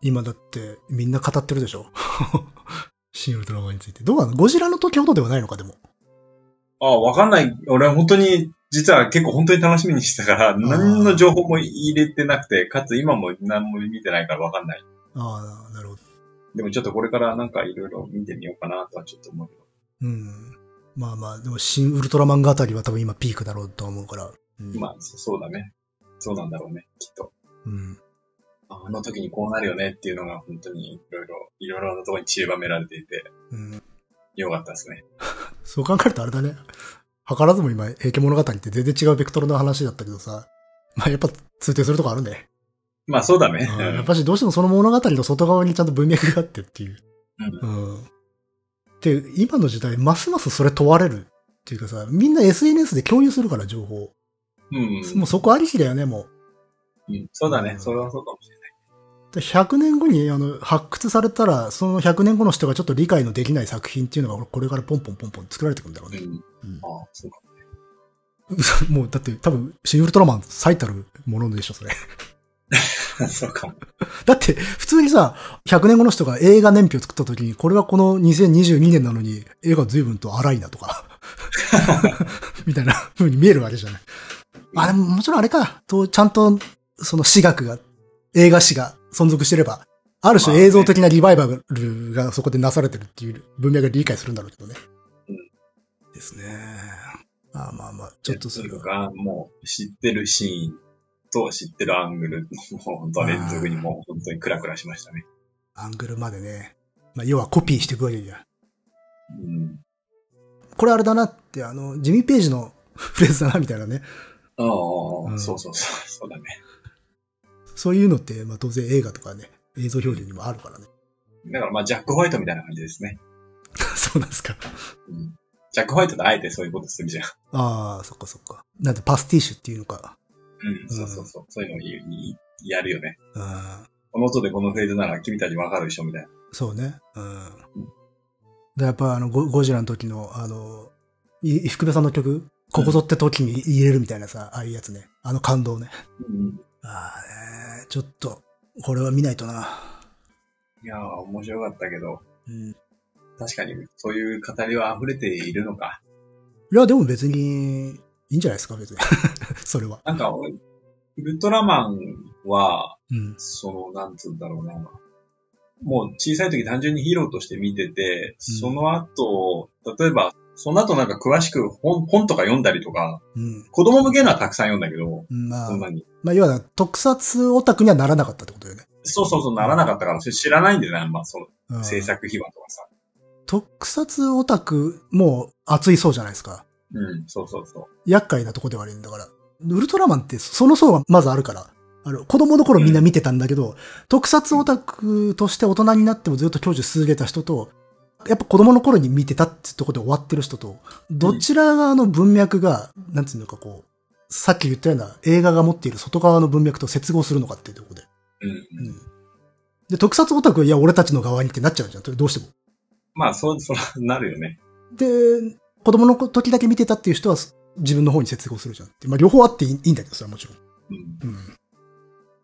[SPEAKER 2] 今だってみんな語ってるでしょ シン・ウルトラマンについて。どうなのゴジラの時ほどではないのか、でも。
[SPEAKER 1] ああ、わかんない。俺は本当に、実は結構本当に楽しみにしてたから、何の情報も入れてなくて、かつ今も何も見てないからわかんない。
[SPEAKER 2] ああ、なるほど。
[SPEAKER 1] でもちょっとこれからなんかいろいろ見てみようかなとはちょっと思うけど。
[SPEAKER 2] うん。まあまあ、でもシン・ウルトラマン語りは多分今ピークだろうとは思うから。うん。
[SPEAKER 1] まあ、そそうだね。そうなんだろうね、きっと。
[SPEAKER 2] うん。
[SPEAKER 1] ああの時にこうなるよねっていうのが本当にいろいろ、いろいろなところに散りばめられていて、
[SPEAKER 2] うん。
[SPEAKER 1] よかったですね。
[SPEAKER 2] そう考えるとあれだね。図らずも今、平家物語って全然違うベクトルの話だったけどさ。まあやっぱ通底するとこあ るね。
[SPEAKER 1] まあ、そうだね。
[SPEAKER 2] うん
[SPEAKER 1] うん
[SPEAKER 2] やっぱしどうしてもその物語の外側にちゃんと文脈があってっていう。
[SPEAKER 1] うん
[SPEAKER 2] うん。で、今の時代、ますますそれ問われるっていうかさ、みんな SNS で共有するから、情報。
[SPEAKER 1] うん。
[SPEAKER 2] もうそこありきだよね、も
[SPEAKER 1] うんそうだ
[SPEAKER 2] う
[SPEAKER 1] ね。
[SPEAKER 2] ん
[SPEAKER 1] それはそうかもしれな
[SPEAKER 2] う。で100年後にあの発掘されたら、その100年後の人がちょっと理解のできない作品っていうのが、これからポンポンポンポン作られてくんだろうね
[SPEAKER 1] い。。うん。
[SPEAKER 2] うん
[SPEAKER 1] ああ、そうか。
[SPEAKER 2] もう、だって多分、シン・ウルトラマン最たるものでしょ、それ。
[SPEAKER 1] そうかも。
[SPEAKER 2] だって、普通にさ、100年後の人が映画年表作った時に、これはこの2022年なのに、映画随分と荒いなと か、みたいな風に見えるわけじゃない。あ、でももちろんあれか、とちゃんと、その私学が、映画史が存続してれば、ある
[SPEAKER 1] ま
[SPEAKER 2] 種
[SPEAKER 1] あね
[SPEAKER 2] 映像的なリバイバルがそこでなされてるっていう文脈で理解するんだろうけどね。
[SPEAKER 1] うん
[SPEAKER 2] ですね。あまあまあ、ちょっとそれ
[SPEAKER 1] と
[SPEAKER 2] は
[SPEAKER 1] に。かくもう、知ってるシーンと知ってるアングル、 もう本当は連続にもう本当にクラクラしましたね。
[SPEAKER 2] アングルまでね。まあ、要はコピーしていくわけじゃん。
[SPEAKER 1] うん。
[SPEAKER 2] これあれだなって、あの、ジミー・ページの フレーズだな、みたいなね。
[SPEAKER 1] あ
[SPEAKER 2] うん
[SPEAKER 1] あ、そうそうそう、 そうだね。
[SPEAKER 2] そういうのって、まあ当然映画とかね、映像表現にもあるからね。
[SPEAKER 1] だからまあ、ジャック・ホワイトみたいな感じですね。
[SPEAKER 2] そうなんですか。
[SPEAKER 1] うん。ジャック・ホワイトとあえてそういうことするじゃん。
[SPEAKER 2] ああ、そっかそっか。なんてパスティッシュっていうのか。
[SPEAKER 1] うん、そうそうそう。そういうのを言うにやるよね。
[SPEAKER 2] うん。
[SPEAKER 1] この音でこのフレーズなら君たちわかるでしょみたいな。
[SPEAKER 2] そうね。うん。で、やっぱあの、ゴゴジラの時の、あの、い福部さんの曲、ここぞって時に入れるみたいなさ、ああいうやつね。あの感動ね。
[SPEAKER 1] うん。
[SPEAKER 2] ああね、ちょっと、これは見ないとな。
[SPEAKER 1] いやー、面白かったけど、
[SPEAKER 2] うん。
[SPEAKER 1] 確かにそういう語りは溢れているのか。
[SPEAKER 2] いや、でも別に、いいんじゃないですか、別に。 それは。
[SPEAKER 1] なんか、俺ウルトラマンは、
[SPEAKER 2] うん。
[SPEAKER 1] その、なんつうんだろうな。もう小さい時単純にヒーローとして見てて、その後、例えば、その後なんか詳しく本本とか読んだりとか、
[SPEAKER 2] うん。
[SPEAKER 1] 子供向けのはたくさん読んだけど、
[SPEAKER 2] まあ
[SPEAKER 1] そん、なに。
[SPEAKER 2] まあ、要は、特撮オタクにはならなかったってことよね。
[SPEAKER 1] そうそうそうならなかったから、それ知らないんだよな、まあ、その
[SPEAKER 2] うん、
[SPEAKER 1] 制作秘話とかさ。
[SPEAKER 2] 特撮オタクも熱いそうじゃないですか。
[SPEAKER 1] うん、そうそうそう。
[SPEAKER 2] 厄介なとこではあるんだから。ウルトラマンってその層がまずあるから。あの、子供の頃みんな見てたんだけど、特撮オタクとして大人になってもずっと享受し続けた人と、やっぱ子供の頃に見てたってとこで終わってる人と、どちら側の文脈が、なんていうのかこう、さっき言ったような映画が持っている外側の文脈と接合するのかっていうところで。
[SPEAKER 1] うん。
[SPEAKER 2] うん。で、特撮オタク、いや、俺たちの側にってなっちゃうじゃん、どうしても。
[SPEAKER 1] まあ、そう、そうなるよね。
[SPEAKER 2] で、子供の時だけ見てたっていう人は、自分の方に接合するじゃんって。まあ、両方あっていいいいんだけど、それはもちろん。
[SPEAKER 1] うん。
[SPEAKER 2] うん。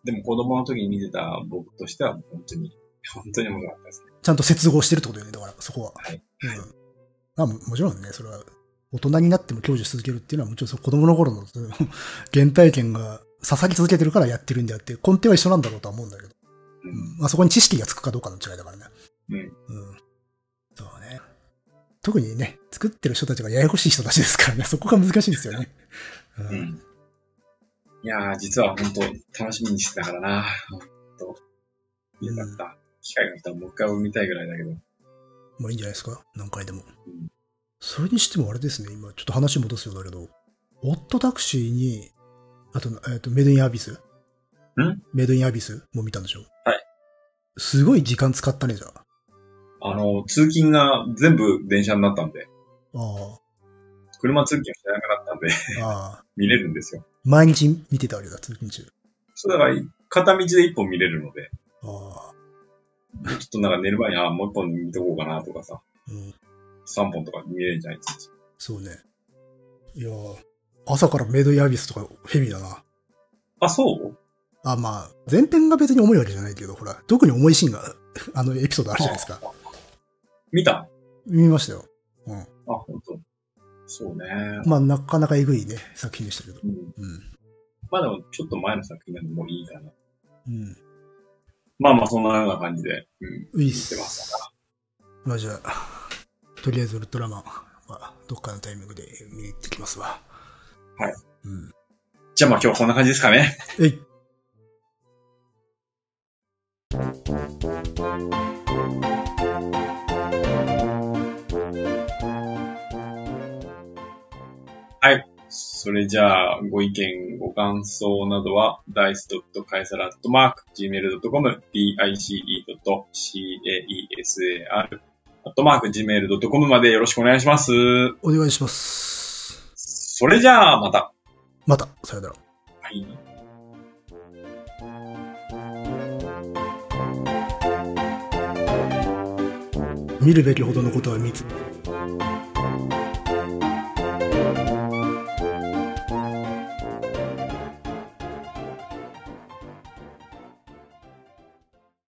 [SPEAKER 1] でも子供の時に見てた僕としては、本当に、本当に面白かったですね。
[SPEAKER 2] ちゃんと接合してるってことよね、だから、そこは。
[SPEAKER 1] はい
[SPEAKER 2] うん。まあ、ももちろんね、それは、大人になっても享受し続けるっていうのは、もちろんその子供の頃の、 その原体験が刺さり続けてるからやってるんであって、根底は一緒なんだろうとは思うんだけど。
[SPEAKER 1] う
[SPEAKER 2] うん
[SPEAKER 1] ん。
[SPEAKER 2] まあ、そこに知識がつくかどうかの違いだからね。
[SPEAKER 1] うん
[SPEAKER 2] うん。そうね。特にね、作ってる人たちがややこしい人たちですからね、そこが難しいんですよね。う。
[SPEAKER 1] うんん。いやー、実は本当、楽しみにしてたからな。本当。よかった。機会が来たらもう一回見たいぐらいだけど。
[SPEAKER 2] まあいいんじゃないですか、何回でも
[SPEAKER 1] うん。
[SPEAKER 2] それにしてもあれですね、今ちょっと話戻すようだけど、オットタクシーに、あと、えっとメイドインアビスんメイドインアビスも見たんでしょ
[SPEAKER 1] はい。
[SPEAKER 2] すごい時間使ったね、じゃあ。
[SPEAKER 1] あの、通勤が全部電車になったんで、
[SPEAKER 2] あ
[SPEAKER 1] 車通勤をしなくなったんで、
[SPEAKER 2] あ、ああ。
[SPEAKER 1] 見れるんですよ。
[SPEAKER 2] 毎日見てたわけだ、通勤中。
[SPEAKER 1] そうだから、片道で一本見れるので、
[SPEAKER 2] ああ。
[SPEAKER 1] ちょっとなんか寝る前に、あーもう一本見とこうかなとかさ、
[SPEAKER 2] うん。
[SPEAKER 1] 三本とか見れるじゃないですか。
[SPEAKER 2] そうね。いやー朝からメイドインアビスとかヘビーだな。
[SPEAKER 1] あ、そう
[SPEAKER 2] あ、まあ、前編が別に重いわけじゃないけど、ほら、特に重いシーンが、 あの、エピソードあるじゃないですか。
[SPEAKER 1] 見た
[SPEAKER 2] 見ましたよ。うん。
[SPEAKER 1] あ、本当。そうね。
[SPEAKER 2] まあ、なかなかえぐいね、作品でしたけど。
[SPEAKER 1] うん、
[SPEAKER 2] うん。
[SPEAKER 1] まあでも、ちょっと前の作品なんでもういいかな。
[SPEAKER 2] う
[SPEAKER 1] まあまあ、そんなような感じで、うん。
[SPEAKER 2] ん。いいっ。
[SPEAKER 1] 見てますすか
[SPEAKER 2] まあ、じゃあ、とりあえずウルトラマンは、どっかのタイミングで見に行ってきますわ。
[SPEAKER 1] はい。
[SPEAKER 2] うん。
[SPEAKER 1] ら。じゃあまあ今日はこんな感じですかね。
[SPEAKER 2] えい。
[SPEAKER 1] それじゃあ、ご意見、ご感想などは、dice.caesar.gmail.com、dice.caesar.gmail.com までよろしくお願いします。
[SPEAKER 2] お願いします。
[SPEAKER 1] それじゃあ、また。
[SPEAKER 2] また、さよなら。
[SPEAKER 1] はい
[SPEAKER 2] 見るべきほどのことは見ず、